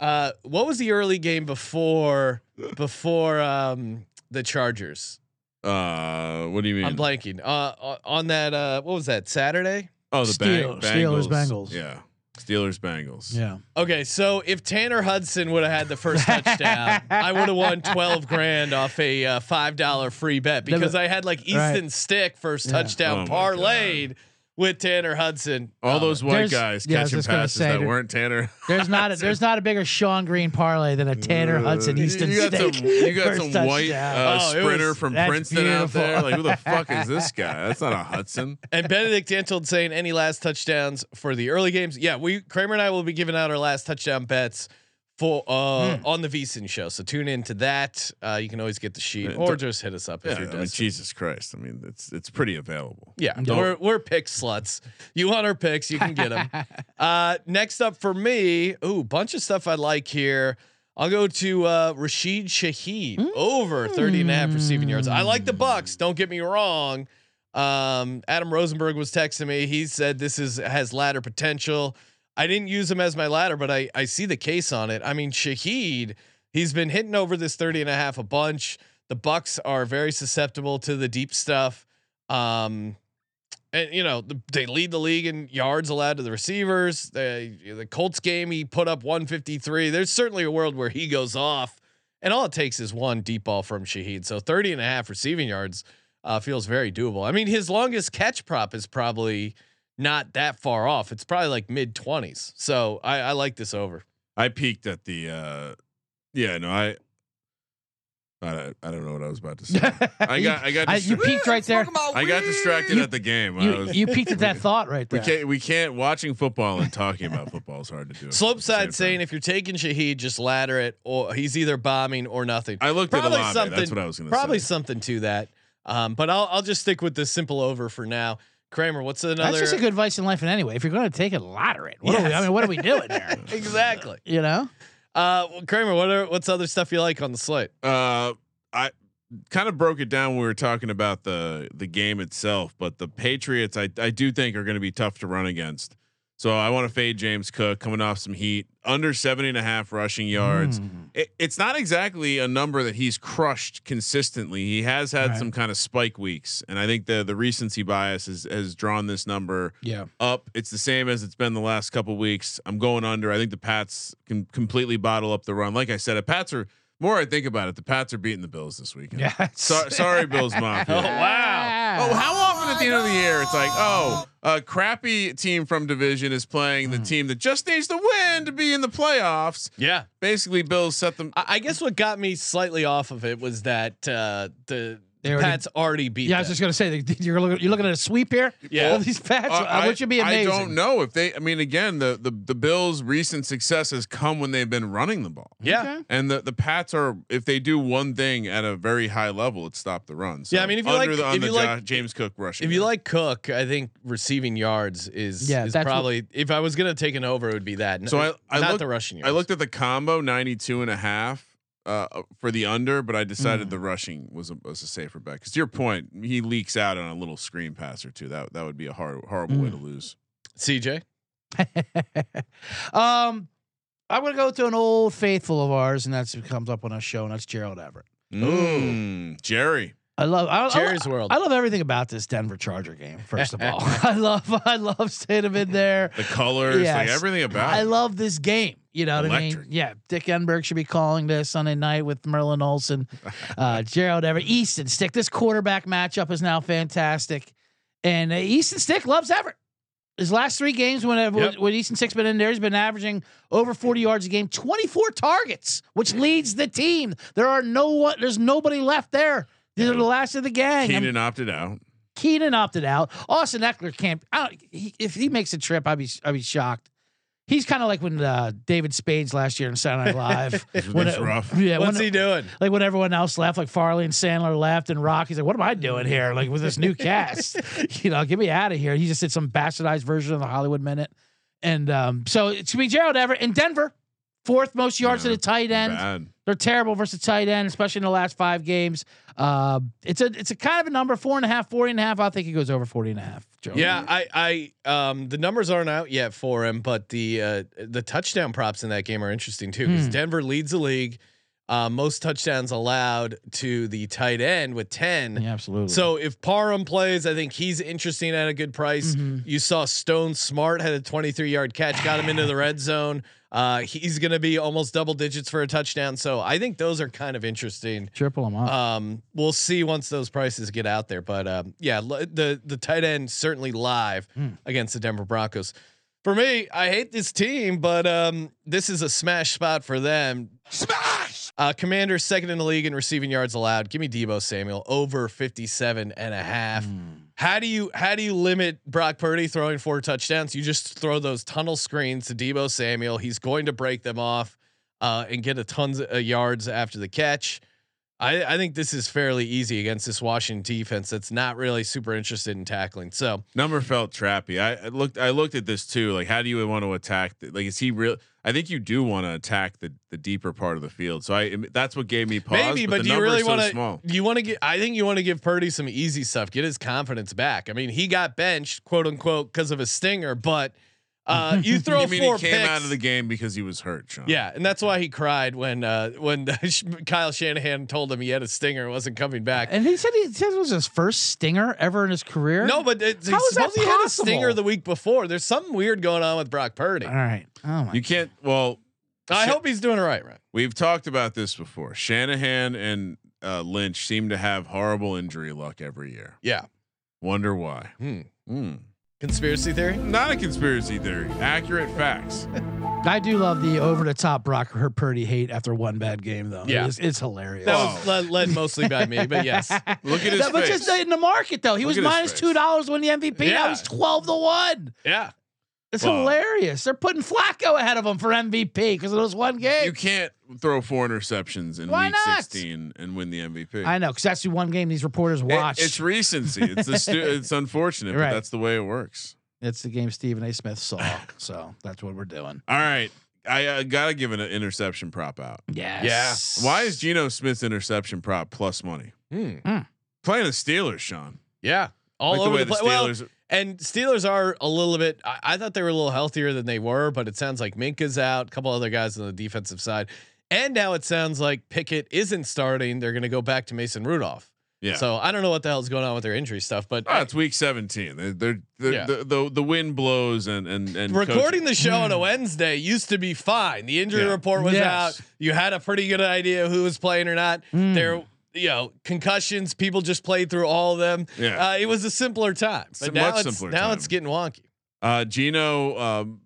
A: Uh, what was the early game before before um, the Chargers?
G: a. Uh, what do you mean?
A: I'm blanking. Uh, o- on that uh, what was that Saturday?
G: oh, the
H: Steel-
G: Bang-
H: Steelers,
G: Bengals.
H: Bengals.
G: Yeah, Steelers Bengals.
H: Yeah.
A: Okay, so if Tanner Hudson would have had the first touchdown, I would have won twelve grand off a uh, five dollar free bet because I had like
H: Right.
A: Easton Stick first
H: Yeah.
A: touchdown
G: Oh my
A: parlayed with Tanner Hudson.
G: All
A: Oh,
G: those white
H: Um, There's-
G: guys
H: yeah, I was
G: catching
H: just gonna
G: passes
H: say,
G: that
H: dude.
G: weren't Tanner.
H: There's not a there's not a bigger Sean Green parlay than a Tanner Hudson Easton
G: you got
H: State.
G: some, you got
H: first
G: some
H: touchdown.
G: white uh,
A: Oh, it
G: sprinter
A: was-
G: from
H: that's
G: Princeton
H: beautiful.
G: out there. Like, who the fuck is this guy? That's not a Hudson.
A: and Benedict Antold saying any last touchdowns for the early games. Yeah, we Kramer and I will be giving out our last touchdown bets for uh,
H: Hmm.
A: on the Veasan show. So tune in to that. Uh, you can always get the sheet
G: Yeah,
A: or
G: don't-
A: just hit us up if
G: Yeah,
A: you're
G: I mean,
A: desperate.
G: Jesus Christ. I mean, it's it's pretty available.
A: Yeah, we're we're pick sluts. You want our picks, you can get them. uh, next up for me, ooh, bunch of stuff I like here. I'll go to uh, Rashid Shaheed over 30 and a half receiving yards. I like the Bucks. Don't get me wrong. Um, Adam Rosenberg was texting me. He said this is has ladder potential. I didn't use him as my ladder, but I I see the case on it. I mean, Shaheed, he's been hitting over this 30 and a half a bunch. The Bucks are very susceptible to the deep stuff. Um, and you know the, they lead the league in yards allowed to the receivers. The the Colts game he put up 153. There's certainly a world where he goes off, and all it takes is one deep ball from Shaheed. So 30 and a half receiving yards uh, feels very doable. I mean, his longest catch prop is probably not that far off. It's probably like mid 20s. So I, I like this over.
G: I peeked at the uh yeah, no, I I don't, I don't know what I was about to say. I got I got
H: I-
G: distra-
H: you peeked right there.
G: I got distracted at the game. I
H: You,
G: was,
H: you peeked at that thought right
G: we
H: there.
G: can't we can't watching football and talking about football is hard to do. at the same
A: Slopeside saying
G: time.
A: if you're taking Shahid, just ladder it, or he's either bombing or nothing.
G: I looked
A: probably
G: at Olave.
A: something.
G: That's what I was going to say.
A: probably something to that. Um, but I'll I'll just stick with the simple over for now. Kramer, what's another?
H: That's just a good advice in life in any way. If you're going to take it, ladder it. What are we, I
A: Yes.
H: mean, what are we doing there?
A: exactly.
H: You know,
A: Uh, well, Kramer, what are what's other stuff you like on the slate?
G: Uh, I kind of broke it down when we were talking about the the game itself, but the Patriots, I I do think are going to be tough to run against. So I want to fade James Cook coming off some heat, under 70 and a half rushing yards.
H: Mm.
G: It, it's not exactly a number that he's crushed consistently. He has had
H: Right.
G: some kind of spike weeks, and I think the the recency bias has has drawn this number
H: yeah,
G: up. It's the same as it's been the last couple weeks. I'm going under. I think the Pats can completely bottle up the run. Like I said, the Pats are more. I think about it, the Pats are beating the Bills this weekend.
H: yeah.
G: So, sorry, Bills Mafia.
H: Oh,
A: wow.
G: Oh, how often at the end of the year it's like, oh, a crappy team from division is playing
H: Mm.
G: the team that just needs to win to be in the playoffs.
A: Yeah,
G: Basically, Bills set them.
A: I, I guess what got me slightly off of it was that uh, the
H: They already-
A: Pats already beat.
H: Yeah, I was
A: them.
H: just gonna say that you're looking, you're looking at a sweep here.
A: Yeah.
H: all these pats,
G: Uh, I-
H: uh, which would be
G: I-
H: amazing.
G: I don't know if they. I mean, again, the the the Bills' recent success has come when they've been running the ball.
A: yeah.
H: Mm-hmm.
G: And the the Pats are if they do one thing at a very high level, it's stop the run. So
A: Yeah, I mean, if you
G: under
A: like-
G: the, on
A: if
G: the
A: you
G: Jo-
A: like-
G: James Cook rushing,
A: If you
G: game.
A: like Cook, I think receiving yards is
H: Yeah,
A: is
H: that's what-
A: probably if I was gonna take an over, it would be that.
G: So I- I
A: not
G: looked-
A: the rushing yards.
G: I looked at the combo 92 and a half uh, for the under, but I decided
A: Mm.
G: the rushing was a, was a safer bet. Because to your point, he leaks out on a little screen pass or two. That that would be a hor- horrible way to
A: Mm.
G: lose.
A: CJ.
H: um, I'm gonna go to an old faithful of ours, and that's who comes up on our show, and that's Gerald Everett.
G: Mm, Jerry,
H: I love I, I-
A: Jerry's world.
H: I love everything about this Denver Charger game. First of all, I love I love seeing him in there.
G: the colors, like
H: Yes.
G: everything about.
H: I
G: it.
H: love this game. You know what I
G: Electric.
H: mean? Yeah, Dick Enberg should be calling this Sunday night with Merlin Olsen, uh, Gerald Everett, Easton Stick. This quarterback matchup is now fantastic, and uh, Easton Stick loves Everett. His last three games, when, uh, when,
A: Yep.
H: when Easton Stick's been in there, he's been averaging over 40 yards a game, 24 targets, which leads the team. There are no one, there's nobody left there. These are the last of the gang. I'm
G: Keenan opted out.
H: Keenan opted out. Austin Eckler can't. I don't, he, if he makes a trip, I'd be I'd be shocked. He's kind of like when uh, David Spades last year in Saturday Night Live. when
G: That's
H: it-
G: rough.
H: Yeah,
A: What's
H: when-
A: he doing?
H: like when everyone else left, like Farley and Sandler left, and Rock. He's like, "What am I doing here? Like with this new cast? you know, get me out of here." He just did some bastardized version of the Hollywood Minute, and um, so it's gonna be Gerald Everett in Denver, fourth most yards
G: Yeah,
H: at a tight end.
G: Bad.
H: They're terrible versus tight end, especially in the last five games. Uh, it's a it's a kind of a number four and a half, 40 and a half. I think it goes over 40 and a half. Joe.
A: Yeah, I, I, um, the numbers aren't out yet for him, but the uh, the touchdown props in that game are interesting too because
H: Hmm.
A: Denver leads the league, uh, most touchdowns allowed to the tight end with ten.
H: Yeah, absolutely.
A: So if Parham plays, I think he's interesting at a good price.
H: Mhm.
A: You saw Stone Smart had a 23 yard catch, got him into the red zone. Uh, he's going to be almost double digits for a touchdown. So I think those are kind of interesting.
H: triple them up.
G: uh,
A: Um, we'll see once those prices get out there, but um, yeah, l- the the tight end certainly live
H: Mm.
A: against the Denver Broncos. For me, I hate this team, but um, this is a smash spot for them. Smash! Uh, Commander second in the league in receiving yards allowed. Give me Debo Samuel over 57 and a half. How do you how do you limit Brock Purdy throwing four touchdowns? You just throw those tunnel screens to Debo Samuel. He's going to break them off uh, and get a tons of yards after the catch. I, I think this is fairly easy against this Washington defense that's not really super interested in tackling. So
G: Number felt trappy. I, I looked. I looked at this too. Like, how do you want to attack? The, like, is he real? I think you do want to attack the the deeper part of the field. So I that's what gave me pause.
A: maybe, but,
G: the
A: do you
G: number is
A: really
G: so
A: want to?
G: small.
A: You want to get? I think you want to give Purdy some easy stuff. Get his confidence back. I mean, he got benched, quote unquote, because of a stinger. But uh, you throw
G: You mean
A: four
G: he came
A: picks.
G: out of the oh. game because he was hurt, Sean?
A: Yeah, and that's why he cried when uh, when Kyle Shanahan told him he had a stinger and wasn't coming back.
H: and he said he said it was his first stinger ever in his career.
A: No, but it's
H: How is that
A: supposed he had a
H: possible?
A: stinger the week before. There's something weird going on with Brock Purdy.
H: All right. Oh my.
G: You can't. Well,
A: I
G: Sh-
A: hope he's doing all right, Ryan.
G: we've talked about this before. Shanahan and uh, Lynch seem to have horrible injury luck every year.
A: Yeah.
G: Wonder why?
A: Hmm.
G: Hmm.
A: Conspiracy theory?
G: Not a conspiracy theory. Accurate facts.
H: I do love the over the top Brock her Purdy hate after one bad game though.
A: Yeah.
H: it's, it's hilarious.
A: That was led, led mostly by me, but yes.
G: Look at his
H: That- but
G: face.
H: just in the market though, he
G: Look
H: was
G: at his
H: minus
G: face.
H: two dollars when the MVP. Now
A: Yeah.
H: he's twelve to one.
A: Yeah.
H: It's
G: Wow.
H: hilarious. They're putting Flacco ahead of him for MVP because it was one game.
G: you can't throw four interceptions in
H: Why
G: week
H: not?
G: 16 and win the MVP.
H: I know because that's the one game these reporters
G: It-
H: watch.
G: it's recency. It's the stu- it's unfortunate,
H: Right.
G: but that's the way it works.
H: It's the game Stephen A. Smith saw. So that's what we're doing.
G: All right, I uh, gotta give an interception prop out.
H: Yes.
G: Why is Geno Smith's interception prop plus money?
A: Hmm.
G: Playing the Steelers, Sean.
A: Yeah. All
G: Like the
A: over
G: way
A: the,
G: the
A: place. Well,
G: Steelers-
A: and Steelers are a little bit. I, I thought they were a little healthier than they were, but it sounds like Minka's out, a couple other guys on the defensive side, and now it sounds like Pickett isn't starting. They're going to go back to Mason Rudolph.
G: Yeah.
A: So I don't know what the hell's going on with their injury stuff, but
G: Ah, it's week 17. They're, they're, they're-
A: Yeah.
G: the, the the wind blows and and and
A: recording
G: coaching- Hmm.
A: the show on a Wednesday used to be fine. The injury
G: Yeah.
A: report was
H: Yes.
A: out. You had a pretty good idea who was playing or not. There, you know, concussions. People just played through all of them.
G: Yeah.
A: Uh, it was a simpler time. But
G: a
A: now
G: much
A: it's,
G: simpler
A: Now
G: time.
A: it's getting wonky.
G: Uh, Gino um,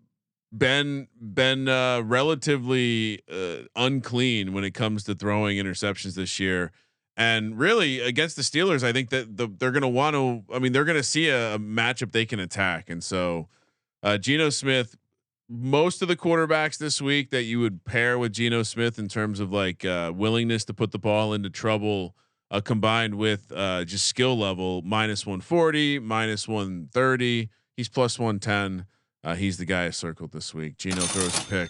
G: been been uh, relatively uh, unclean when it comes to throwing interceptions this year, and really against the Steelers, I think that the, they're going to want to. I mean, they're going to see a, a matchup they can attack, and so uh, Geno Smith. Most of the quarterbacks this week that you would pair with Geno Smith in terms of like uh, willingness to put the ball into trouble, uh, combined with uh, just skill level, minus 140, minus 130. He's plus 110. Uh, he's the guy I circled this week. Gino throws a pick.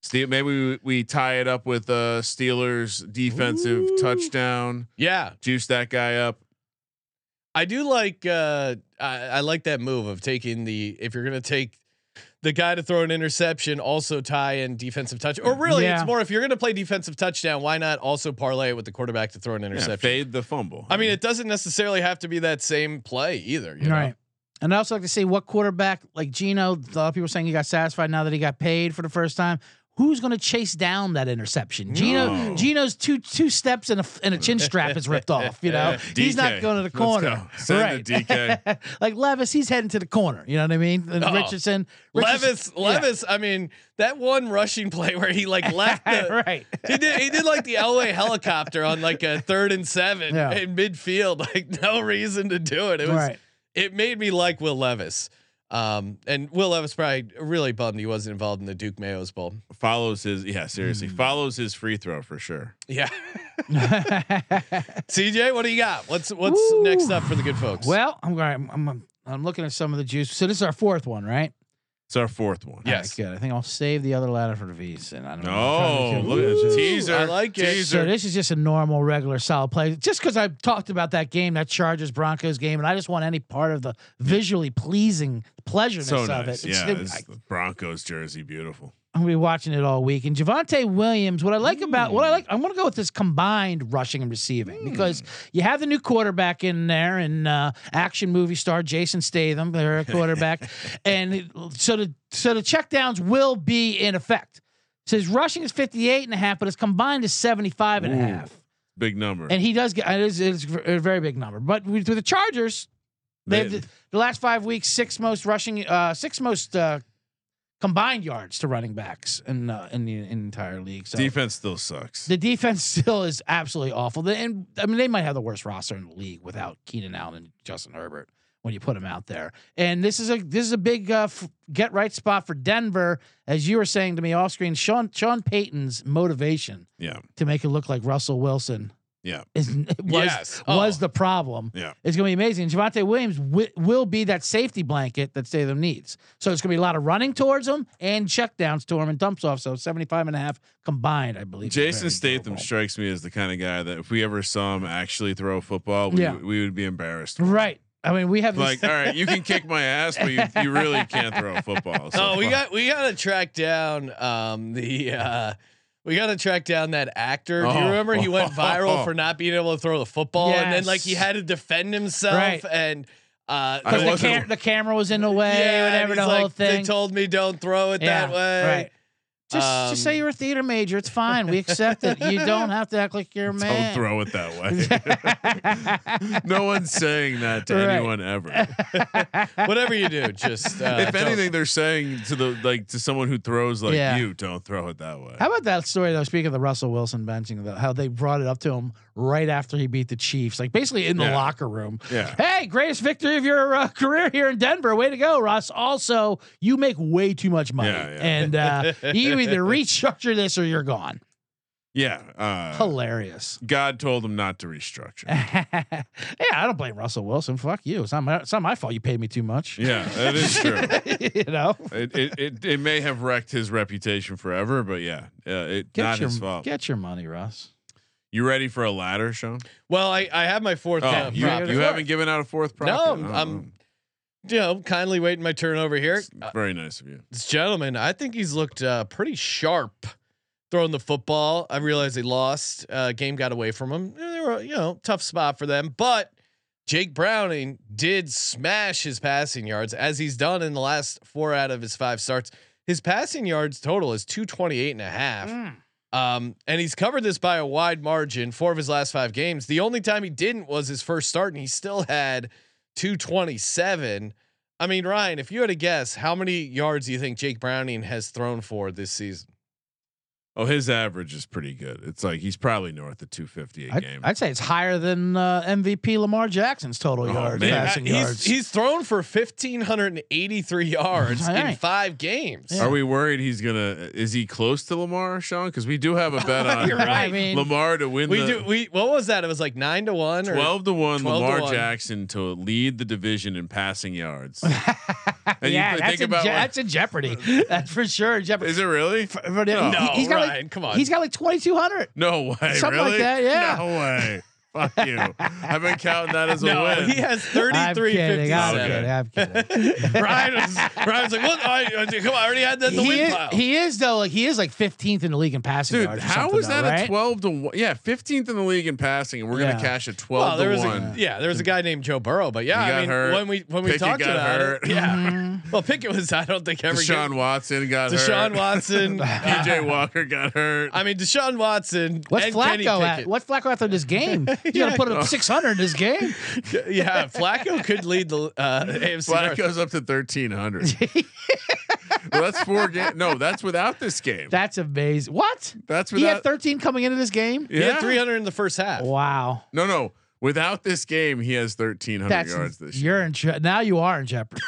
G: Steve, maybe we, we tie it up with uh, Steelers defensive touchdown.
A: Yeah.
G: Juice that guy up.
A: I do like uh I, I like that move of taking the if you're gonna take the guy to throw an interception, also tie in defensive touch. Or really,
H: Yeah.
A: it's more if you're gonna play defensive touchdown, why not also parlay it with the quarterback to throw an
G: Yeah,
A: interception?
G: fade the fumble.
A: I mean, it doesn't necessarily have to be that same play either. You
H: Right.
A: Know?
H: And I also like to see what quarterback, like Gino, a lot of people saying he got satisfied now that he got paid for the first time. Who's going to chase down that interception? Gino, Gino's two two steps and a and a chin strap is ripped off. You know, he's not
G: DK.
H: going to
G: Let's
H: the corner.
G: go. Send the DK.
H: like Levis, he's heading to the corner. You know what I mean? And
A: Oh.
H: Richardson,
A: Levis,
H: Richardson- yeah.
A: Levis. I mean, that one rushing play where he like left the
H: right.
A: He did. He did like the Elway helicopter on like a third and seven
H: Yeah.
A: in midfield. Like no reason to do it. It was.
H: Right.
A: It made me like Will Levis. Um, and Will Levis probably really bummed he wasn't involved in the Duke Mayo's Bowl.
G: follows his yeah,
A: Hmm.
G: seriously. Follows his free throw for sure.
A: Yeah. CJ, what do you got? What's what's
H: Woo.
A: next up for the good folks?
H: Well, I'm going. I'm, I'm I'm looking at some of the juice. So this is our fourth one, right?
G: It's our fourth one.
A: Yeah.
H: All right,
A: Yes.
H: good. I think I'll save the other ladder for the V's. And I don't
G: Oh,
H: know.
G: look at the
H: Ooh.
G: teaser.
A: I like it.
H: So
G: Teaser.
H: this is just a normal, regular, solid play. Just because I've talked about that game, that Chargers Broncos game, and I just want any part of the visually pleasing pleasureness
G: So
H: of
G: nice.
H: it.
G: Yeah,
H: It's-
G: this is the Broncos jersey, beautiful.
H: I'm gonna be watching it all week. And Javante Williams, what I like about what I like, I'm gonna go with this combined rushing and receiving because you have the new quarterback in there and uh, action movie star Jason Statham, they're a quarterback, and it- so the so the checkdowns will be in effect. So his rushing is 58 and a half, but his combined is 75 and a half.
G: Big number.
H: And he does get it is, it is a very big number. But with the Chargers, they have
G: They-
H: the, the last five weeks six most rushing, uh, six most uh, combined yards to running backs in uh, in the entire league. So
G: Defense still sucks.
H: the defense still is absolutely awful. They- And I mean, they might have the worst roster in the league without Keenan Allen and Justin Herbert when you put them out there. And this is a this is a big uh, f- get right spot for Denver, as you were saying to me off screen. Sean Sean Payton's motivation
G: Yeah.
H: to make it look like Russell Wilson
G: Yeah.
H: is was
A: Yes. Oh.
H: was the problem.
G: Yeah.
H: It's going to be amazing. Javante Williams wi- will be that safety blanket that Statham needs. So it's going to be a lot of running towards him and checkdowns to him and dumps off. So 75 and a half combined, I believe. is
G: Jason
H: very
G: Statham
H: doable.
G: strikes me as the kind of guy that if we ever saw him actually throw a football, we,
H: Yeah.
G: we would be embarrassed.
H: Right. I mean, we have
G: Like,
H: this.
G: all right, you can kick my ass, but you, you really can't throw a football. So
A: oh, we
G: fuck.
A: got we got to track down um the uh we got to track down that actor. Do you
G: Oh.
A: remember he went viral for not being able to throw the football, and then like he
H: Yes.
A: had to defend himself
H: Right.
A: and. Uh,
G: I
H: because the,
G: wasn't-
H: cam- the camera was in the way,
A: and
H: whatever the
A: he's
H: whole
A: like,
H: thing.
A: They told me don't throw it
H: yeah,
A: that way.
H: Right. Just, just say
A: Um,
H: you're a theater major. It's fine. We accept it. You don't have to act like you're a
G: Don't
H: man.
G: throw it that way. no one's saying that to
H: Right. Uh,
G: anyone ever.
A: Whatever you do, just uh,
G: if
A: don't-
G: anything, they're saying to the like to someone who throws like
H: Yeah.
G: you, don't throw it that way.
H: How about that story though? Speaking of the Russell Wilson benching, though, how they brought it up to him right after he beat the Chiefs, like basically in the
G: Yeah.
H: locker room.
G: Yeah.
H: Hey, greatest victory of your uh, career here in Denver. Way to go, Russ. Also, you make way too much money,
G: Yeah, yeah.
H: and uh, you either restructure this or you're gone.
G: Yeah. Uh,
H: Hilarious.
G: God told him not to restructure.
H: yeah, I don't blame Russell Wilson. Fuck you. It's not my, it's not my fault. You paid me too much.
G: Yeah, that is true.
H: you know.
G: It, it it it may have wrecked his reputation forever, but yeah, uh, it
H: Get
G: not
H: your
G: his fault.
H: get your money, Russ.
G: you ready for a ladder, Sean?
A: well, I, I have my fourth.
G: Oh,
A: uh,
G: you,
A: prop.
G: you haven't given out a fourth prop.
A: No, I'm- er, uh,
G: yet? Oh,
A: I'm- you know, kindly waiting my turn over here.
G: it's very nice of you.
A: This gentleman, I think he's looked uh, pretty sharp throwing the football. I realize they lost. Uh, game got away from him. They were, you know, tough spot for them. But Jake Browning did smash his passing yards as he's done in the last four out of his five starts. His passing yards total is 228 and a half. Um, and he's covered this by a wide margin, four of his last five games. The only time he didn't was his first start, and he still had 227. I mean, Ryan, if you had to guess, how many yards do you think Jake Browning has thrown for this season?
G: Oh, his average is pretty good. It's like he's probably north of 250 a
H: I'd,
G: game.
H: I'd say it's higher than uh, MVP Lamar Jackson's total
G: Oh,
H: yards,
G: man.
H: passing
A: he's,
H: yards.
A: he's thrown for 1,583 yards in
H: Alright.
A: five games.
G: Are we worried he's gonna? Is he close to Lamar, Sean? Because we do have a bet on
A: You're right.
H: I mean,
G: Lamar to win.
A: We
G: the,
A: do. We what was that? It was like nine to one. Or,
G: 12 to 1
A: 12 to
G: Lamar
A: one.
G: Jackson to lead the division in passing yards. And
H: yeah,
G: you
H: that's,
G: think
H: in
G: about
H: je-
G: like,
H: that's in jeopardy. That's for sure. in Jeopardy.
G: is it really?
H: But
G: No.
A: No,
H: he's got
A: Ryan,
H: like,
A: come on.
H: He's got like twenty two hundred.
G: No way.
H: Something like
G: really?
H: that, yeah.
G: No way. Fuck you. I've been counting that as a
A: no,
G: win.
A: he has
H: I'm kidding. I'm
A: 3357.
H: kidding. I'm kidding.
A: Ryan was, Ryan was like, "Look, I, I- come on, I already had that in the
H: he,
A: win
H: is,
A: pile."
H: he is though. Like he is like fifteenth in the league in passing
G: Dude,
H: yards. or
G: how
H: something,
G: was that
H: though,
G: a
H: right?
G: 12 to 1? Yeah, 15th in the league in passing, and we're going
H: Yeah.
G: to cash a 12
A: well, there
G: to
A: was
G: 1.
A: a, yeah, there was a guy named Joe Burrow, but yeah, I
G: He got
A: mean,
G: hurt.
A: when we when we
G: Pickett
A: talked
G: got
A: about
G: hurt.
A: it, yeah.
H: Mm-hmm.
A: well, Pickett was I don't think ever
G: Deshaun Watson got
A: get, Deshaun
G: hurt.
A: Watson. uh,
G: PJ Walker got hurt.
A: I mean, Deshaun Watson.
H: What's
A: and Kenny
H: Flacco at?
A: Pickett.
H: What's Flacco after this game? He's gonna put up six hundred in this game.
A: Yeah, Flacco could lead the uh, AFC.
G: Black
A: North.
G: goes up to 1,300. well, that's four games. No, that's without this game.
H: That's amazing. What?
G: That's
H: He had
G: without.
H: thirteen coming into this game.
A: He had 300 in the first half.
H: Wow.
G: No, no. Without this game, he has 1,300 yards this year.
H: you're in je- now you are in jeopardy.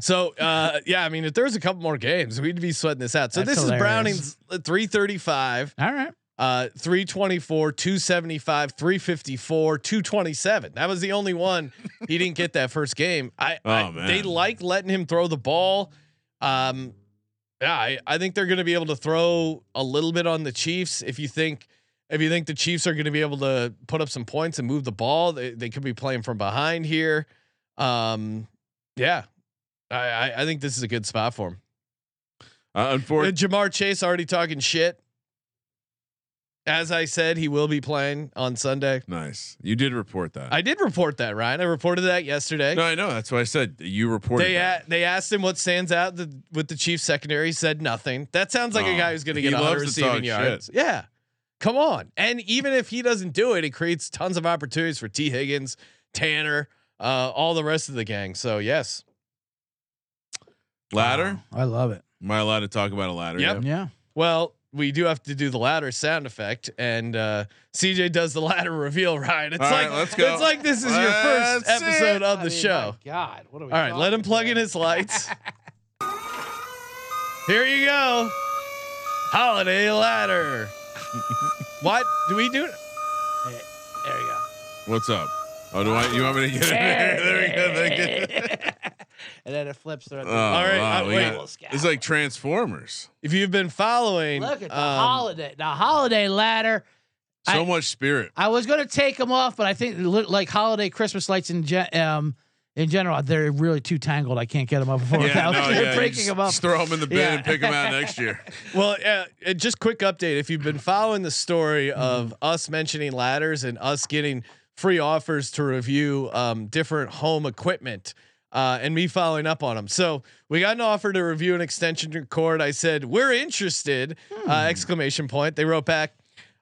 A: So uh, yeah, I mean, if there was a couple more games, we'd be sweating this out. So
H: That's
A: this
H: hilarious.
A: is Browning's 335,
H: All right.
A: uh, 324, 275, 354, 227. That was the only one he didn't get that first game. I,
G: Oh,
A: I-
G: man.
A: they like letting him throw the ball. Um, yeah, I, I think they're going to be able to throw a little bit on the Chiefs. If you think if you think the Chiefs are going to be able to put up some points and move the ball, they, they could be playing from behind here. Um, yeah, I, I I think this is a good spot for him.
G: Uh,
A: Uh,
G: unfortunately,
A: Jamar Chase already talking shit. As I said, he will be playing on Sunday.
G: nice. You did report that.
A: I did report that, Ryan. I reported that yesterday.
G: no, I know. That's why I said you reported.
A: They
G: that.
A: a- they asked him what stands out the, with the Chiefs secondary. He said nothing. That sounds like a
G: Oh,
A: guy who's going to
G: he
A: get 100
G: loves to talk
A: receiving yards. Yeah, come on. And even if he doesn't do it, it creates tons of opportunities for T. Higgins, Tanner, uh, all the rest of the gang. So yes,
G: ladder.
H: Wow. I love it.
G: Am I allowed to talk about a ladder?
A: Yep.
G: yet?
H: Yeah.
A: well. We do have to do the ladder sound effect, and uh, CJ does the ladder reveal. Ryan, it's
G: All right,
A: like
G: let's go.
A: it's like this is your 1st
G: Let's see
A: episode
G: it.
A: of the show.
H: God, what are we?
A: All right, let him plug in his lights. Here you go. Holiday ladder. what do we do?
H: There you go.
G: What's up? Oh, do I? You want me to get in there? There we go. Thank you.
H: and then it flips through.
G: Oh, All
A: right, uh, wait.
G: It's like Transformers.
A: If you've been following,
H: Look at the
A: um,
H: holiday, the holiday ladder.
G: So
H: I-
G: much spirit.
H: I was gonna take them off, but I think it looked like holiday Christmas lights in gen- um in general they're really too tangled. I can't get them up before without
G: you
H: breaking
G: just-
H: them up.
G: Just throw them in the bin
H: Yeah.
G: and pick them out next year.
A: Well, uh, uh, just quick update. If you've been following the story of us mentioning ladders and us getting free offers to review um, different home equipment, uh, and me following up on him. So we got an offer to review an extension to record. I said we're interested! Uh, exclamation point. They wrote back.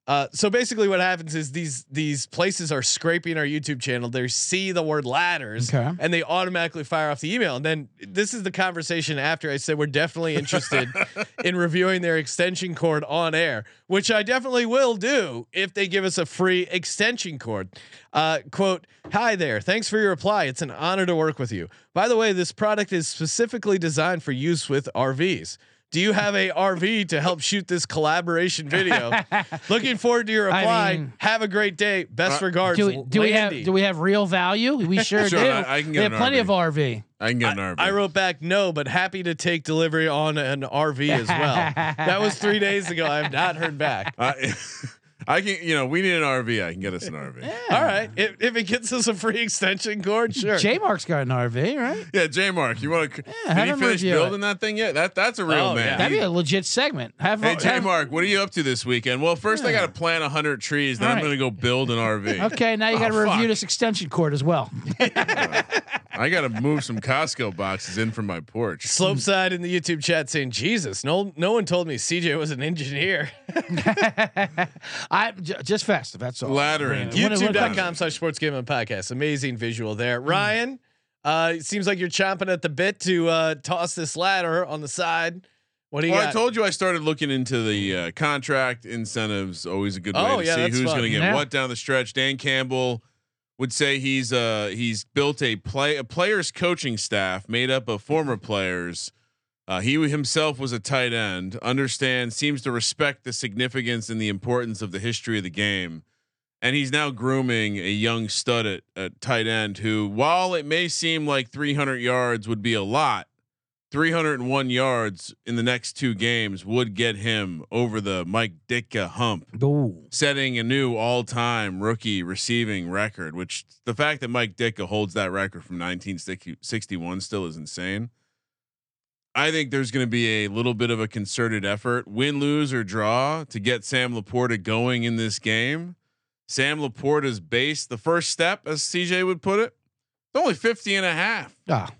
A: Uh, so basically, what happens is these these places are scraping our YouTube channel. They see the word ladders,
H: Okay.
A: and they automatically fire off the email. And then this is the conversation after I said we're definitely interested in reviewing their extension cord on air, which I definitely will do if they give us a free extension cord. Uh, quote: Hi there, thanks for your reply. It's an honor to work with you. By the way, this product is specifically designed for use with RVs. Do you have a RV to help shoot this collaboration video? Looking forward to your
H: I
A: reply.
H: mean-
A: have a great day.
G: Uh,
A: Best regards.
H: Do we, do we have
A: Randy."
H: do we have real value? We sure,
G: Sure,
H: do.
G: I- I can get
H: we have
G: an
H: plenty
G: RV.
H: of RV.
G: I can get an
A: I,
G: RV.
A: I wrote back no, but happy to take delivery on an RV as well. that was three days ago. I have not heard back.
G: I, I can, you know, we need an RV. I can get us an RV.
H: Eh.
G: Yeah,
A: All right, if, if it gets us a free extension cord, sure.
H: J Mark's got an RV, right?
G: J Mark, you want to?
H: have
G: did he
H: him
G: finish
H: review it.
G: building that thing yet? That that's a real
A: Oh, yeah.
G: man.
H: That'd
G: He-
H: be a legit segment. Have
G: hey J
H: have-
G: Mark, what are you up to this weekend? Well, first I
H: Yeah.
G: got to plant hundred trees. Then
H: All
G: I'm
H: right.
G: going to go build an RV.
H: Okay, now you got to
G: Oh,
H: review
G: fuck.
H: this extension cord as well.
G: I got to move some Costco boxes in from my porch.
A: Slopeside in the YouTube chat saying, "Jesus, no, no one told me CJ was an engineer."
H: I j- just festive. That's all.
G: Laddering.
H: What- what-
A: YouTube.com/slash Sports Gaming Podcast. Amazing visual there, Ryan. Uh, it seems like you're chomping at the bit to uh, toss this ladder on the side. What do you
G: Well,
A: got?
G: I told you I started looking into the uh, contract incentives. Always a good way
A: Oh,
G: to
A: yeah,
G: see
A: that's
G: who's
A: fun.
G: going to get
H: Yeah.
G: what down the stretch. Dan Campbell would say he's uh he's built a play a players coaching staff made up of former players. Uh, he himself was a tight end. Understands, seems to respect the significance and the importance of the history of the game, and he's now grooming a young stud at, at tight end. Who, while it may seem like 300 yards would be a lot, 301 yards in the next two games would get him over the Mike Ditka hump,
H: Ooh.
G: setting a new all-time rookie receiving record. Which the fact that Mike Ditka holds that record from 1961 still is insane. I think there's going to be a little bit of a concerted effort, win, lose, or draw, to get Sam Laporta going in this game. Sam Laporta's base, the first step, as CJ would put it, it's only 50 and a half.
H: Ah,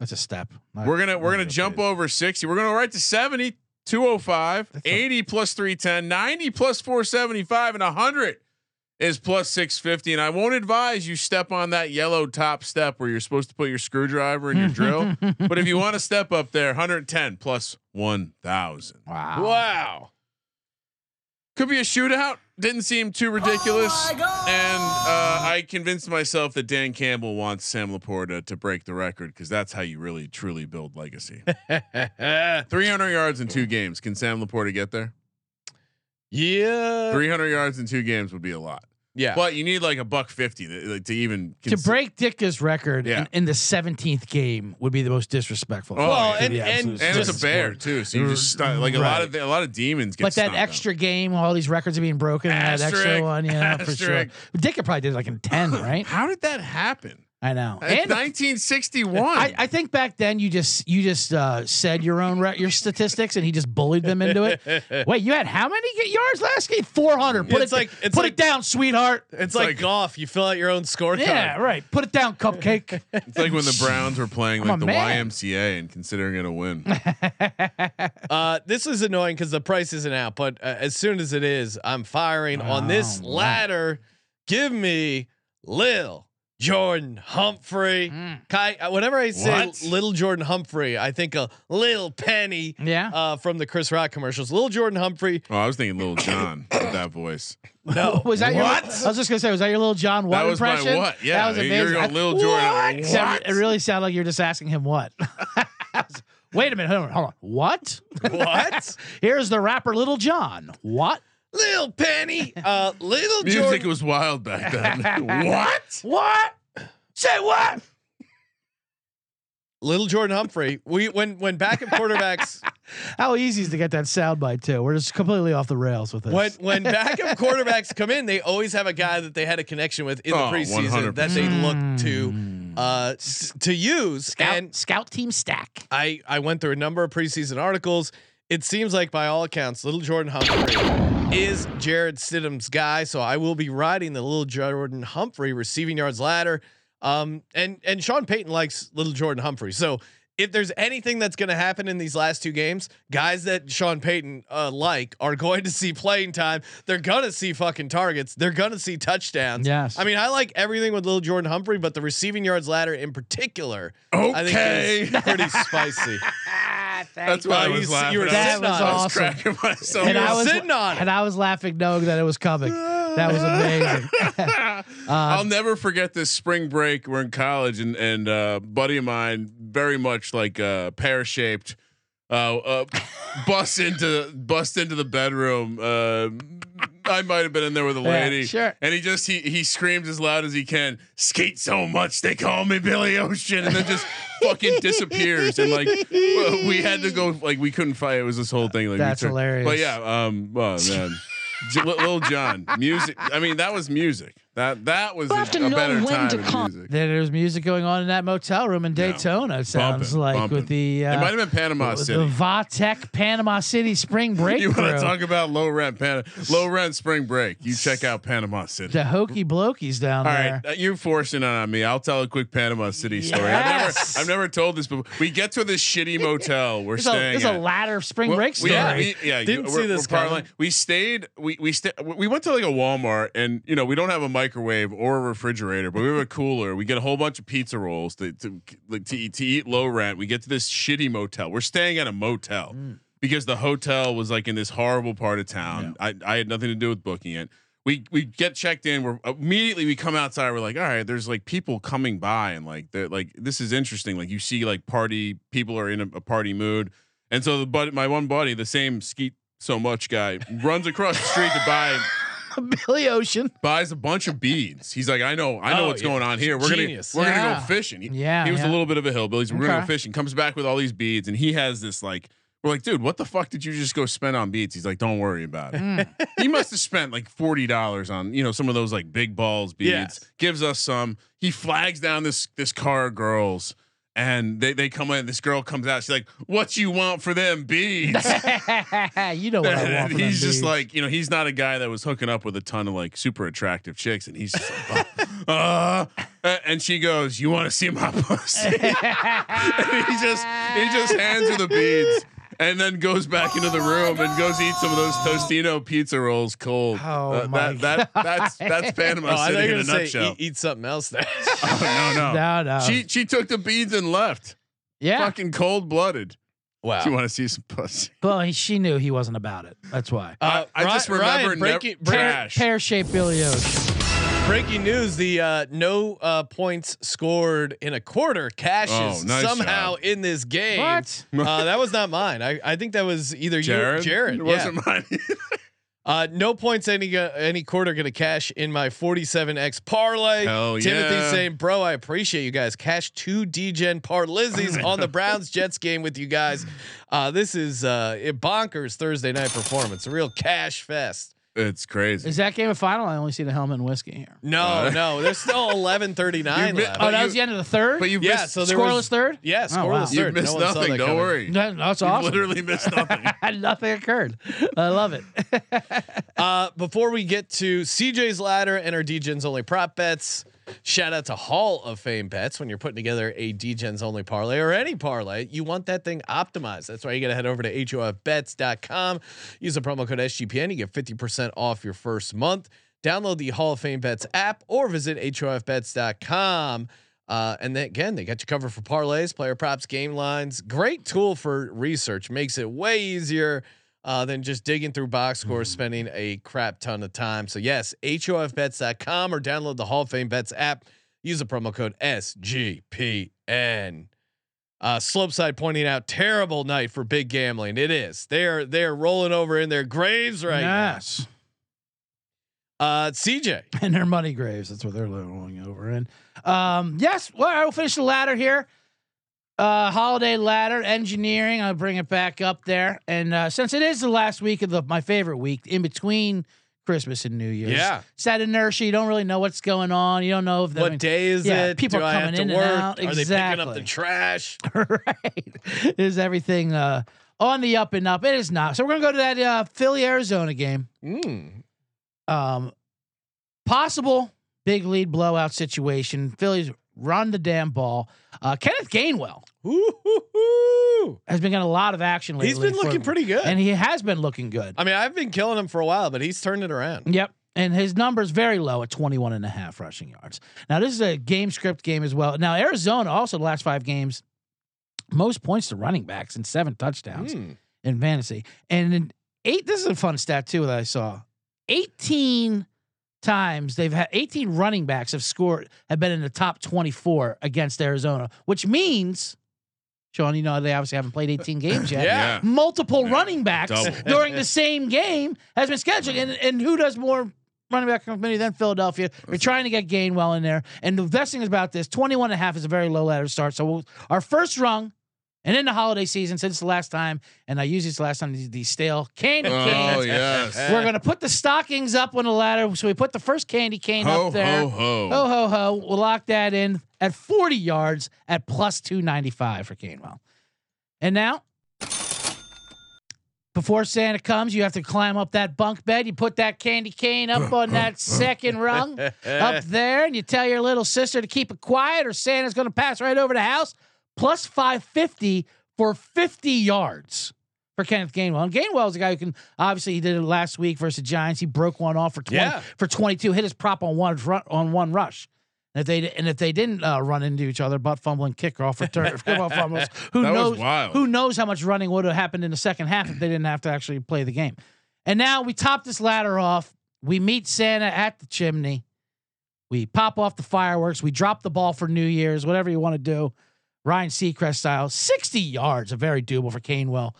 H: that's a step. All right.
G: We're gonna we're gonna jump over 60. We're gonna right to 70, 205,
H: That's a-
G: 80 plus 310, 90 plus 475, and 100 is plus 650. And I won't advise you step on that yellow top step where you're supposed to put your screwdriver and your drill. But if you want to step up there, 110 plus 1,000.
H: Wow.
A: wow.
G: Could be a shootout. Didn't seem too ridiculous. And uh, I convinced myself that Dan Campbell wants Sam Laporta to break the record because that's how you really truly build legacy. 300 yards in two games. Can Sam Laporta get there?
H: Uh,
A: yeah.
G: 300 yards in two games would be a lot.
A: Yeah.
G: But you need like a buck 50 to, like, to even
H: To
G: consi-
H: break Dicka's record
G: Yeah.
H: in, in the 17th game would be the most disrespectful.
G: Oh,
H: thing
G: Well,
H: to the
A: and- and-
H: absolute
G: And it's a
H: sport.
G: bear too, so you just stun- like a lot of a lot of demons get.
H: But that
G: stunned on.
H: extra game, all these records are being broken, and that
G: Asterisk,
H: extra one, yeah, for sure.
G: asterisk.
H: Dicka probably did like in 10, right?
G: How did that happen?
H: I know.
G: It's
H: And
G: 1961.
H: I, I think back then you just you just uh, said your own re- your statistics and he just bullied them into it. Wait, you had how many get- yards last game? Four hundred. Put
A: It's
H: it
A: like- it's
H: put
A: like-
H: it down, sweetheart.
A: It's like,
G: like-
A: golf. You fill out your own scorecard.
H: Yeah, right. Put it down, cupcake.
G: it's like when the Browns were playing
H: I'm
G: like
H: a
G: the
H: man.
G: YMCA and considering it a win.
A: Uh, this is annoying because the price isn't out, but uh, as soon as it is, I'm firing on this
H: Oh, wow.
A: ladder. Give me Lil Jordan Humphrey.
H: Hmm.
A: Kai, uh, whenever I say
G: What?
A: Little Jordan Humphrey, I think of Lil Penny
H: Yeah.
A: uh, from the Chris Rock commercials. Little Jordan Humphrey.
G: Oh, I was thinking Little John with that voice.
A: No.
H: was that your?
G: What?
H: I was just gonna say, was that your little John Watt
G: That was my
H: impression?
G: what? Yeah,
H: that was
G: you were
H: amazing.
G: going
H: I-
G: Lil Jordan,
H: What?
G: what?
H: Sound- It really sounded like you were just asking him what. I was- Wait a minute, hold on, hold on. What?
A: what?
H: Here's the rapper Little John. What?
A: Lil Penny. Uh, Little
G: Music
A: Jordan.
G: was wild back then. what?
H: What? Say what?
A: Little Jordan Humphrey. We when when backup quarterbacks.
H: How easy is to get that soundbite too? We're just completely off the rails with this.
A: When when backup quarterbacks come in, they always have a guy that they had a connection with in
G: Oh,
A: the preseason
G: 100%.
A: that they look to uh s- to use.
H: Scout,
A: And
H: scout team stack.
A: I I went through a number of preseason articles. It seems like by all accounts, little Jordan Humphrey is Jared Stidham's guy. So I will be riding the little Jordan Humphrey receiving yards ladder. Um, and and Sean Payton likes little Jordan Humphrey. So if there's anything that's going to happen in these last two games, guys that Sean Payton uh, like are going to see playing time. They're going to see fucking targets. They're going to see touchdowns.
H: Yes.
A: I mean, I like everything with little Jordan Humphrey, but the receiving yards ladder in particular, I
G: Okay.
A: think is pretty spicy.
G: That's why I
A: you
G: was
A: s-
G: laughing.
A: you were
G: I
H: sitting on
G: I
H: it.
G: was cracking myself.
A: And
G: up.
A: I was- sitting on it.
H: And I was laughing knowing that it was coming. That was amazing.
G: I'll never forget this spring break. We're in college, and and uh, buddy of mine, very much like uh, pear shaped, uh, uh, bust into bust into the bedroom. Uh, I might have been in there with a
H: Yeah,
G: lady,
H: sure.
G: and he just he he screams as loud as he can. Skate so much they call me Billy Ocean, and then just fucking disappears. And like w- we had to go, like we couldn't fight. It was this whole thing. Like we
H: That's
G: turned-
H: hilarious.
G: But yeah, um, oh man. J- Lil Lil John, music. I mean, that was music. That that was a,
C: have to
G: a
C: know
G: better
C: when
G: time
C: to
G: in
C: call-
G: music.
H: there, there's music going on in that motel room in Daytona. It sounds
G: Bumping,
H: like
G: bumping.
H: with the
G: it
H: uh,
G: might have been Panama
H: the
G: City.
H: Vatech Panama City Spring Break
G: You want
H: crew.
G: to talk about low rent Pan- low rent spring break? You check out Panama City.
H: the hokey blokies down
G: All
H: there.
G: right, uh, you're forcing it on me. I'll tell a quick Panama City story.
H: Yes.
G: I've never I've never told this before. We get to this shitty motel we're
H: There's a,
G: staying
H: there's a
G: at.
H: ladder spring
G: Well,
H: break
G: we-
H: story.
G: yeah, we, yeah,
A: Didn't
G: you-
A: see
G: we're-
A: this
G: we're part
A: coming.
G: line. We stayed. We we sta- We went to like a Walmart, and you know we don't have a microwave or a refrigerator, but we have a cooler. We get a whole bunch of pizza rolls to to, like, to, eat, to eat low rent. We get to this shitty motel. We're staying at a motel
A: Mm.
G: because the hotel was like in this horrible part of town. I I had nothing to do with booking it. We, we get checked in. We're immediately we come outside. We're like, all right, there's like people coming by, and like they're like this is interesting. Like you see like party people are in a, a party mood. And so the but my one buddy, the same skeet so much guy, runs across the street to buy
H: Billy Ocean.
G: buys a bunch of beads. He's like, I know, I know
A: Oh,
G: what's
A: yeah.
G: going on here. We're
A: Genius.
G: gonna we're gonna
H: Yeah.
G: go fishing. He,
H: Yeah,
G: he was
H: yeah.
G: a little bit of a hillbilly. So we're gonna
H: Okay.
G: go fishing. Comes back with all these beads, and he has this like. We're like, dude, what the fuck did you just go spend on beads? He's like, don't worry about it.
H: Hmm.
G: he must have spent like forty dollars on you know some of those like big balls beads.
A: Yes.
G: Gives us some. He flags down this this car of girls, and they they come in. This girl comes out. She's like, what you want for them beads?
H: you know what I want.
G: And
H: from
G: he's
H: them
G: just
H: dudes.
G: like, you know, he's not a guy that was hooking up with a ton of like super attractive chicks, and he's just like, uh, uh, and she goes, "You want to see my pussy?" and he just he just hands her the beads, and then goes back into the room and goes eat some of those Tostino pizza rolls cold.
H: Oh
G: Uh,
H: my
G: that, that that's that's Panama
A: Oh, I
G: City
A: think
G: in a
A: you say
G: nutshell.
A: eat, eat something else there.
G: Oh, no, no,
H: no, no.
G: She she took the beads and left.
H: yeah.
G: Fucking cold blooded.
A: wow.
G: She want to see some pussy.
H: Well, he, she knew he wasn't about it. That's why.
A: Uh,
G: I, I just
A: Ri-
G: remember
A: Ryan,
G: nev-
A: breaking- breaking-
H: Pear,
G: trash.
H: shaped Billy Ocean.
A: Breaking news: The uh, no uh, points scored in a quarter cashes
G: Oh, nice
A: somehow
G: job.
A: in this game.
H: What?
A: Uh, that was not mine. I, I think that was either you, or
G: Jared,
A: Jared.
G: it
A: yeah.
G: wasn't mine.
A: Uh, no points any uh, any quarter gonna cash in my 47x parlay.
G: Hell
A: Timothy
G: yeah.
A: saying, bro, I appreciate you guys. Cash two DGen parlazzies on the Browns Jets game with you guys. Uh, this is uh, it bonkers Thursday night performance. A real cash fest.
G: It's crazy.
H: Is that game a final? I only see the helmet and whiskey here.
A: No,
G: Uh,
A: no, there's still 11:39
G: You mi-
A: left.
H: Oh,
G: But
H: that
G: you-
H: was the end of the third.
G: but you've
A: yeah,
G: missed,
A: so there
H: scoreless
A: was,
H: third.
A: Yeah,
H: Oh, wow.
A: scoreless
H: You've
A: third.
G: you've missed
A: no one saw
G: nothing.
A: that
G: Don't
A: coming.
G: worry.
H: That- that's
G: You've
H: awesome.
G: literally missed nothing.
H: Nothing occurred. I love it.
A: Uh, before we get to CJ's ladder and our DGens only prop bets, shout out to Hall of Fame bets. When you're putting together a DGens only parlay or any parlay, you want that thing optimized. That's why you got to head over to hofbets.com. Use the promo code SGPN. You get 50% off your first month. Download the Hall of Fame bets app or visit hofbets.com. Uh, and then again, they got you covered for parlays, player props, game lines. Great tool for research. Makes it way easier uh, than just digging through box scores, spending a crap ton of time. So yes, hofbets.com or download the Hall of Fame Bets app. Use the promo code SGPN. Uh, Slopeside pointing out terrible night for big gambling. It is. They're they're rolling over in their graves right
H: yes.
A: now. Uh, CJ,
H: And their money graves. That's what they're rolling over in. Um, yes. Well, I will finish the ladder here. Uh, holiday ladder engineering. I'll bring it back up there. And uh, since it is the last week of the my favorite week in between Christmas and New Year's,
A: Yeah.
H: it's that inertia. You don't really know what's going on. You don't know if the,
A: what day is
H: yeah,
A: it?
H: people
A: Do
H: are
A: I have
H: coming
A: to
H: in and
A: work?
H: out.
A: Are they picking up the
H: Exactly.
A: trash?
H: right? Is everything uh, on the up and up? It is not. So we're gonna go to that uh, Philly Arizona game.
A: Mm.
H: Um, possible big lead blowout situation. Philly's run the damn ball. Uh, Kenneth Gainwell
A: Ooh, hoo, hoo.
H: has been getting a lot of action lately.
A: He's been
H: for-
A: looking pretty good.
H: and he has been looking good.
A: I mean, I've been killing him for a while, but he's turned it around.
H: Yep. And his number's very low at 21 and a half rushing yards. Now, this is a game script game as well. Now, Arizona also the last five games, most points to running backs and seven touchdowns
A: Hmm.
H: in fantasy. And in eight, this is a fun stat too that I saw. 18 times they've had 18 running backs have scored, have been in the top 24 against Arizona, which means, Sean, you know, they obviously haven't played 18 games yet
A: Yeah.
H: multiple
G: Yeah,
H: running backs
G: double.
H: during the same game has been scheduled. And, and who does more running back committee than Philadelphia? We're trying to get Gainwell in there. And the best thing about this, 21 and a half is a very low ladder start. So we'll, our first rung and in the holiday season since the last time, and I use these last time, these, these stale candy canes.
G: Oh yes.
H: We're going to put the stockings up on the ladder. So we put the first candy cane
G: Ho
H: up there.
G: ho ho.
H: Ho ho ho! We'll lock that in at 40 yards at plus 295 for Gainwell. And now, before Santa comes, you have to climb up that bunk bed. You put that candy cane up on that second rung up there, and you tell your little sister to keep it quiet, or Santa's going to pass right over the house. Plus 550 for 50 yards. For Kenneth Gainwell, and Gainwell is a guy who can obviously he did it last week versus the Giants. He broke one off for 20,
A: Yeah.
H: for 22, hit his prop on one run, on one rush. And if they and if they didn't uh, run into each other, butt fumbling, kickoff return, kickoff fumbles, who
G: That was
H: knows?
G: wild.
H: Who knows how much running would have happened in the second half if they didn't have to actually play the game? And now we top this ladder off. We meet Santa at the chimney. We pop off the fireworks. We drop the ball for New Year's, whatever you want to do. Ryan Seacrest style, 60 yards, a very doable for Canewell.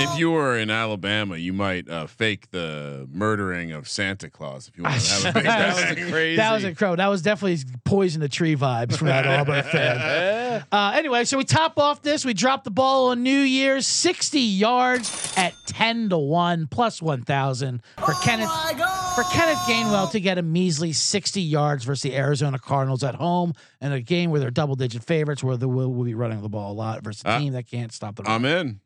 G: If you were in Alabama, you might uh, fake the murdering of Santa Claus if you want to have a big
H: That was
G: bang.
A: crazy.
H: That was a crow. That was definitely poison the tree vibes from that Auburn fan.
A: Yeah.
H: Uh, anyway, so we top off this. We drop the ball on New Year's, 60 yards at 10 to 1, plus 1,000 for Kenneth for Kenneth Gainwell to get a measly 60 yards versus the Arizona Cardinals at home in a game where they're double digit favorites, where they will, will be running the ball a lot versus a
G: Uh,
H: team that can't stop the run.
G: I'm in.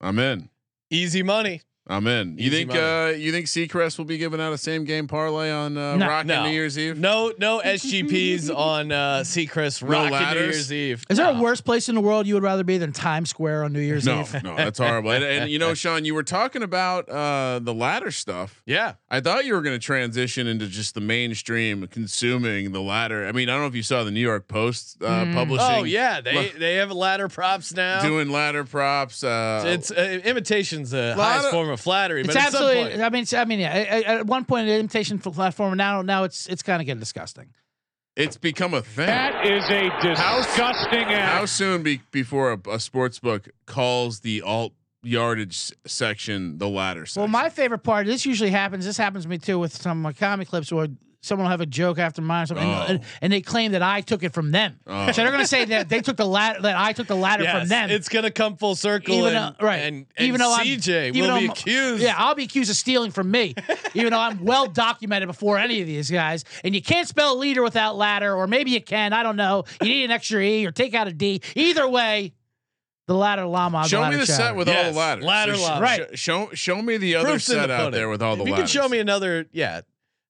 G: I'm in.
A: Easy money.
G: I'm in. You
A: Easy
G: think
A: money.
G: uh, you think Seacrest will be giving out a same game parlay on uh,
H: No.
G: Rock
A: No.
G: New Year's Eve?
A: No, no SGPs on uh, Seacrest
G: No
A: Rock and New
G: ladders?
A: Year's Eve.
H: Is there a worse place in the world you would rather be than Times Square on New Year's
G: No,
H: Eve?
G: no, that's horrible. And, and you know, Sean, you were talking about uh, the ladder stuff.
A: Yeah.
G: I thought you were going to transition into just the mainstream consuming the ladder. I mean, I don't know if you saw the New York Post uh, publishing.
A: Oh yeah, they
G: Look.
A: they have ladder props now.
G: doing ladder props. Uh,
A: it's uh, imitation's the
G: Lot
A: highest
G: of-
A: form of flattery.
H: It's
A: but at some
H: absolutely.
A: point-
H: I mean, it's- I mean, yeah. At, at one point, an imitation for platform. Now, now it's it's kind of getting disgusting.
G: it's become a thing. That is a disgusting how, act. How soon be, before a, a sports book calls the alt yardage s- section the ladder section?
H: Well, my favorite part. This usually happens. This happens to me too with some of my comic clips where someone will have a joke after mine or something, and-
G: Oh.
H: and, and they claim that I took it from them.
G: Oh.
H: So they're going to say that they took the ladder, that I took the ladder
A: Yes,
H: from them.
A: it's gonna come full circle.
H: Even
A: and,
H: though- right.
A: And,
H: Even
A: even
H: though
A: though
H: I'm-
A: CJ
H: even though
A: will be
H: I'm-
A: accused.
H: yeah, I'll be accused of stealing from me, even though I'm well documented before any of these guys. And you can't spell leader without ladder, or maybe you can. I don't know. You need an extra e or take out a d. Either way, the ladder llama.
G: show me
H: ladder
G: the set
H: chatter.
G: with all
A: Yes,
G: the ladders.
A: ladder
G: sh-
A: ladder.
G: sh- Show show me the other
A: Proof's in
G: set
A: the
G: out
A: pudding.
G: there with all the
A: If you
G: ladders.
A: can show me another, yeah.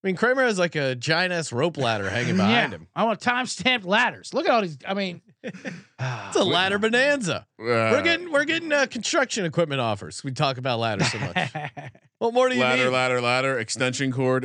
A: I mean, Kramer has like a giant ass rope ladder hanging behind him.
H: I want time stamped ladders. Look at all these. I mean,
A: It's a ladder bonanza.
G: Uh,
A: we're getting we're getting uh, construction equipment offers. We talk about ladders so much. what more do you
G: ladder,
A: need?
G: ladder, ladder, extension cord,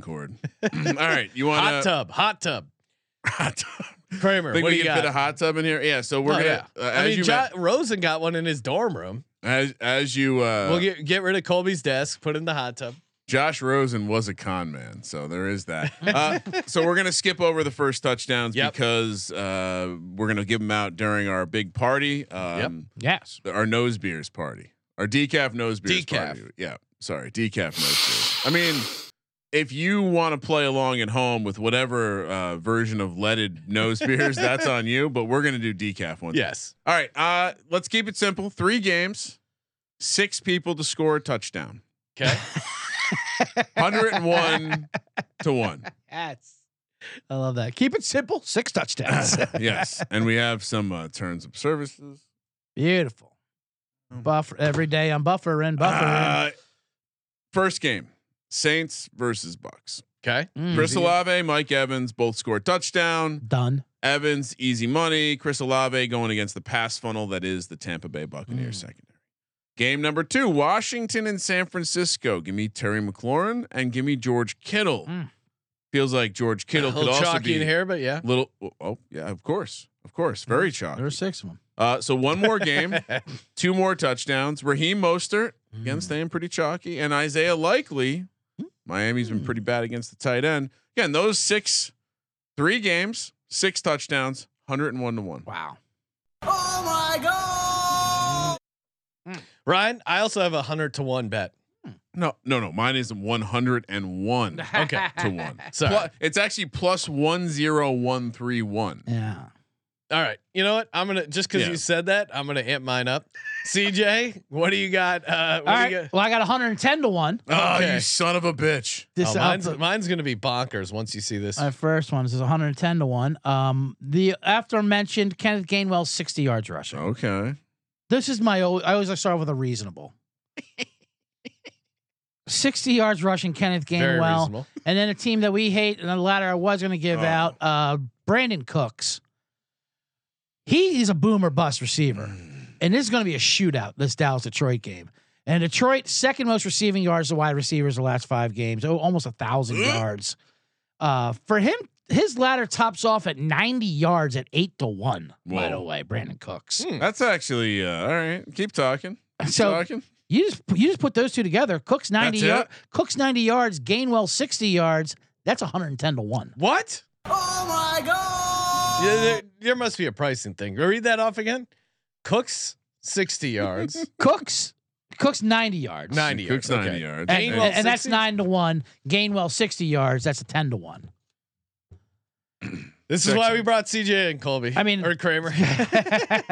G: cord. all right, you want
A: Hot tub, hot tub.
G: Hot tub.
A: Kramer,
G: Think
A: what do
G: we
A: you
G: can
A: got?
G: fit a hot tub in here? Yeah. So we're
A: Oh,
G: gonna.
A: yeah.
G: Uh, as
A: I mean,
G: you
A: Jo-
G: ma-
A: Rosen got one in his dorm room.
G: as as you uh,
A: we'll get get rid of Colby's desk, put it in the hot tub.
G: Josh Rosen was a con man, so there is that. Uh, so we're gonna skip over the first touchdowns
A: Yep.
G: because uh, we're gonna give them out during our big party, um,
H: yes.
G: our nose beers party, our decaf nose beers
A: Decaf.
G: party. Yeah, sorry, decaf nose beers. I mean, if you want to play along at home with whatever uh, version of leaded nose beers, that's on you. But we're gonna do decaf one.
A: Yes.
G: All right. Uh, let's keep it simple. Three games, six people to score a touchdown.
A: Okay.
G: 101 to 1.
H: Yes. I love that. Keep it simple. Six touchdowns.
G: Yes. And we have some uh, terms of services.
H: Beautiful. Buffer every day on buffer and buffer.
G: Uh, first game, Saints versus Bucks.
A: Okay.
H: Mm,
G: Chris Olave, Mike Evans both scored touchdown.
H: done.
G: Evans easy money. Chris Olave going against the pass funnel that is the Tampa Bay
A: Mm.
G: Buccaneers secondary. Game number two: Washington and San Francisco. Give me Terry McLaurin and give me George Kittle.
H: Mm.
G: Feels like George Kittle
A: a
G: could
A: little
G: also
A: chalky
G: be
A: in here, but yeah.
G: little. Oh yeah, of course, of course, very chalky.
H: There were six of them.
G: Uh, so one more game, two more touchdowns. Raheem Mostert
A: Mm.
G: again staying pretty chalky, and Isaiah Likely. Miami's
A: Hmm.
G: been pretty bad against the tight end. Again, those six, three games, six touchdowns, hundred and one to one.
H: Wow.
A: Ryan, I also have a hundred to one bet.
G: No, no, no. Mine is one hundred and one
A: Okay.
G: to one.
A: Sorry.
G: Plu- it's actually plus one zero one three one.
H: Yeah.
A: All right. You know what? I'm gonna just because
G: Yeah.
A: you said that, I'm gonna amp mine up. CJ, what do you got? Uh, what
H: All
A: do you
H: right.
A: got?
H: Well, I got 110 to one.
G: Oh,
A: Okay.
G: you son of a bitch!
H: This
A: Oh, mine's,
H: up-
A: mine's gonna be bonkers once you see this.
H: my first one. This is 110 to one. Um, the aforementioned Kenneth Gainwell 60 yards rushing.
A: Oh.
G: Okay.
H: This is my. al- I always like start with a reasonable. 60 yards rushing Kenneth
A: Very
H: Gainwell.
A: reasonable.
H: And then a team that we hate, and the latter I was going to give
G: Oh.
H: out, uh, Brandon Cooks. He is a boomer bust receiver,
G: Mm.
H: and this is going to be a shootout. This Dallas Detroit game, and Detroit second most receiving yards to wide receivers the last five games, oh, almost a thousand
G: Mm.
H: yards. Uh, for him, his ladder tops off at ninety yards at eight to one. By the
G: Whoa.
H: way, Brandon Cooks.
A: Hmm.
G: That's actually uh, all right. Keep talking. Keep
H: So-
G: talking.
H: You just you just put those two together. Cooks ninety
G: That's it?
H: yards. Cooks ninety yards. Gainwell sixty yards. That's one hundred and ten to one.
A: What? Oh my god! Yeah, there, there must be a pricing thing. Read that off again. Cooks sixty yards,
H: Cooks. Cooks ninety yards.
A: ninety
G: Cook's
A: yards. okay.
G: ninety yards.
H: And,
A: Gainwell
H: and- and that's
A: 60?
H: nine to one. Gainwell sixty yards. That's a ten to one.
A: This is why we brought CJ and Colby.
H: I mean-
A: or Kramer.
H: Look at that.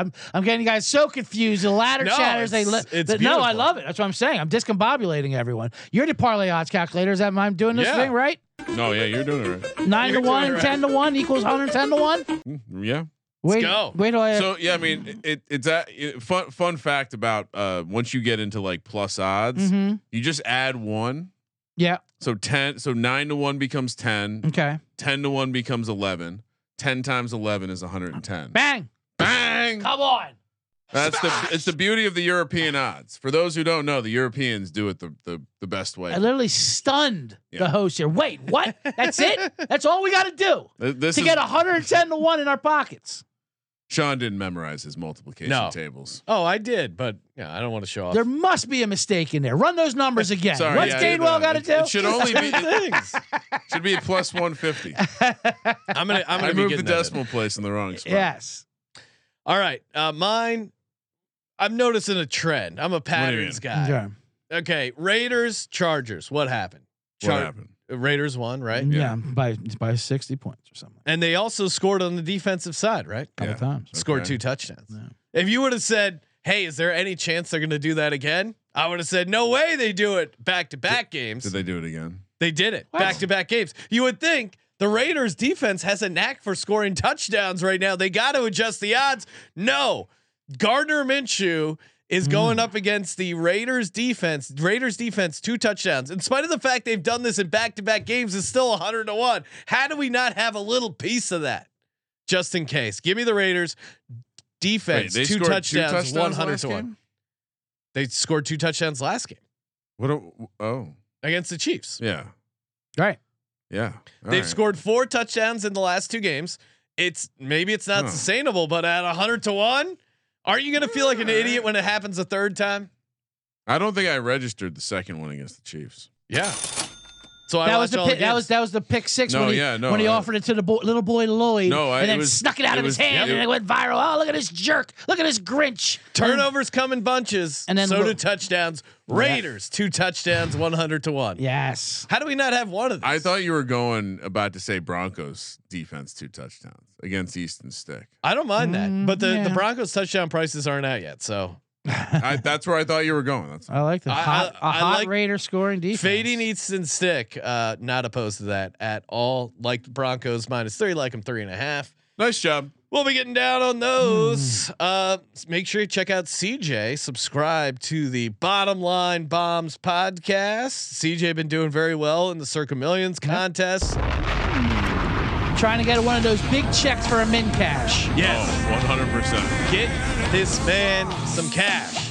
H: I'm, I'm getting you guys so confused. The ladder
A: No,
H: chatters. They
A: it's-
H: li-
A: it's
H: no, I
A: beautiful.
H: love it. That's what I'm saying. I'm discombobulating everyone. You're the parlay odds calculator. Is that why I'm doing this
A: Yeah.
H: thing right?
G: No, yeah, you're doing it right.
H: Nine
A: You're
H: to one
A: doing
H: and
A: it
H: ten to one equals one hundred ten to one.
G: Yeah.
H: Wait,
A: go.
H: wait till I.
G: So yeah, I mean, it, it's a it, fun fun fact about uh, once you get into like plus odds,
H: Mhm.
G: you just add one.
H: Yeah.
G: So ten, so nine to one becomes 10,
H: Okay.
G: 10 to one becomes 11, 10 times eleven is one hundred and ten.
H: Bang.
G: Bang!
H: Come on.
G: That's the it's the beauty of the European odds. For those who don't know, the Europeans do it the the, the best way.
H: I literally stunned
G: Yeah.
H: the host here. Wait, what? That's it? That's all we got to do
G: Th- This
H: to
G: is,
H: get 110 to 1 in our pockets.
G: Sean didn't memorize his multiplication
A: No.
G: tables.
A: oh, I did, but yeah, I don't want to show off.
H: There must be a mistake in there. Run those numbers again.
G: Sorry,
H: What's
G: yeah,
H: Gainwell got to
G: it-
H: do?
G: it should only be-
A: things.
G: Should be plus one fifty.
A: I'm gonna. I'm gonna
G: I
A: be
G: moved the
A: getting at it.
G: decimal place in the wrong spot.
H: yes.
A: All right, uh, mine. I'm noticing a trend. I'm a patterns guy.
H: Okay.
A: Okay, Raiders, Chargers. What happened?
G: What
A: Char- uh,
G: happened?
A: Raiders won, right?
H: Yeah, by by 60 points or something.
A: And they also scored on the defensive side, right?
H: A couple
G: Yeah.
H: times.
A: Scored
G: Okay.
A: two touchdowns.
H: Yeah.
A: If you would have said, "Hey, is there any chance they're going to do that again?" I would have said, "No way, they do it back to back games."
G: Did
A: They-,
G: they do it again?
A: did it
H: What?
A: back to back games. You would think the Raiders defense has a knack for scoring touchdowns right now. They got to adjust the odds. No, Gardner Minshew is going up against the Raiders defense. Raiders defense, two touchdowns. In spite of the fact they've done this in back to back games, is still 100 to 1. How do we not have a little piece of that? Just in case. Give me the Raiders defense, two,
G: scored
A: touchdowns,
G: last
A: 100 to 1.
G: game?
A: They scored two touchdowns last game
G: What? A, oh,
A: against the Chiefs.
G: yeah,
H: All right.
G: yeah. all
A: They've
G: right.
A: scored four touchdowns in the last two games. It's maybe it's not
G: Huh.
A: sustainable, but at 100 to 1, aren't you going to feel like an idiot when it happens a third time?
G: I don't think I registered the second one against the Chiefs.
A: Yeah. So I
H: that
A: watched
H: was the
A: all the
H: pick, that
A: games.
H: was that was the pick six
G: No,
H: when he,
G: yeah, no,
H: when he
G: I-
H: offered it to the boy, little boy Lloyd
G: No, I-
H: and
G: it
H: then
G: was-
H: snuck it out
G: it
H: of his
G: was-
H: hand
G: yeah.
H: and it went viral. Oh, look at this jerk! Look at this Grinch!
A: Turnovers come in bunches, and
H: And
A: then
H: then
A: so
H: we'll-
A: do touchdowns. Raiders two touchdowns, one hundred to one.
H: Yes.
A: How do we not have one of these?
G: I thought you were going about to say Broncos defense two touchdowns against Easton Stick.
A: I don't mind that,
H: Mm,
A: but the, the
H: yeah.
A: Broncos touchdown prices aren't out yet. So
G: I, that's where I thought you were going. That's
H: I like that.
A: I-
H: Hot,
A: I-
H: a
A: I
H: hot
A: like-
H: Raider scoring defense.
A: fading Easton Stick, uh, not opposed to that at all. Like the Broncos minus three, like them three and a half.
G: nice job.
A: We'll be getting down on those. Uh, s- make sure you check out CJ. Subscribe to the Bottom Line Bombs podcast. CJ been doing very well in the Circa Millions contest.
H: Trying to get one of those big checks for a min cash.
A: Yes,
G: One hundred percent.
A: get this man some cash.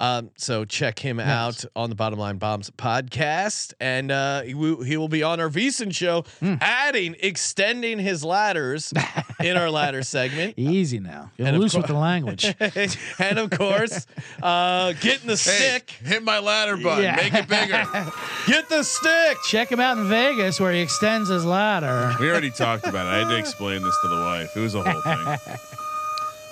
A: Um, so check him out on the Bottom Line Bombs podcast, and uh, he, will, he will be on our Veasan show, adding extending his ladders in our ladder segment.
H: Easy now. You're
A: And of
H: loose
A: cour-
H: with the language.
A: and of course, uh, getting the
G: Hey,
A: stick.
G: hit my ladder button.
H: Yeah.
G: Make it bigger.
A: Get the stick.
H: Check him out in Vegas where he extends his ladder.
G: we already talked about it. I had to explain this to the wife. It was a whole thing.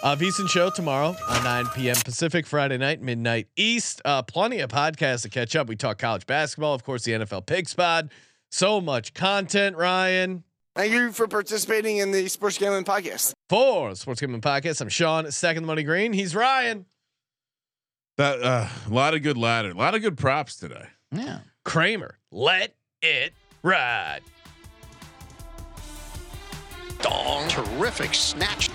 A: Uh, Veasan show tomorrow, uh, 9 p.m. Pacific, Friday night, midnight East. Uh, plenty of podcasts to catch up. We talk college basketball, of course, the NFL Pigs Pod. So much content, Ryan.
J: Thank you for participating in the Sports Gambling Podcast.
A: For the Sports Gambling Podcast, I'm Sean, second the money green. He's Ryan.
G: That uh, a lot of good ladder. A lot of good props today.
H: Yeah.
A: Kramer, let it ride.
C: Terrific snatch.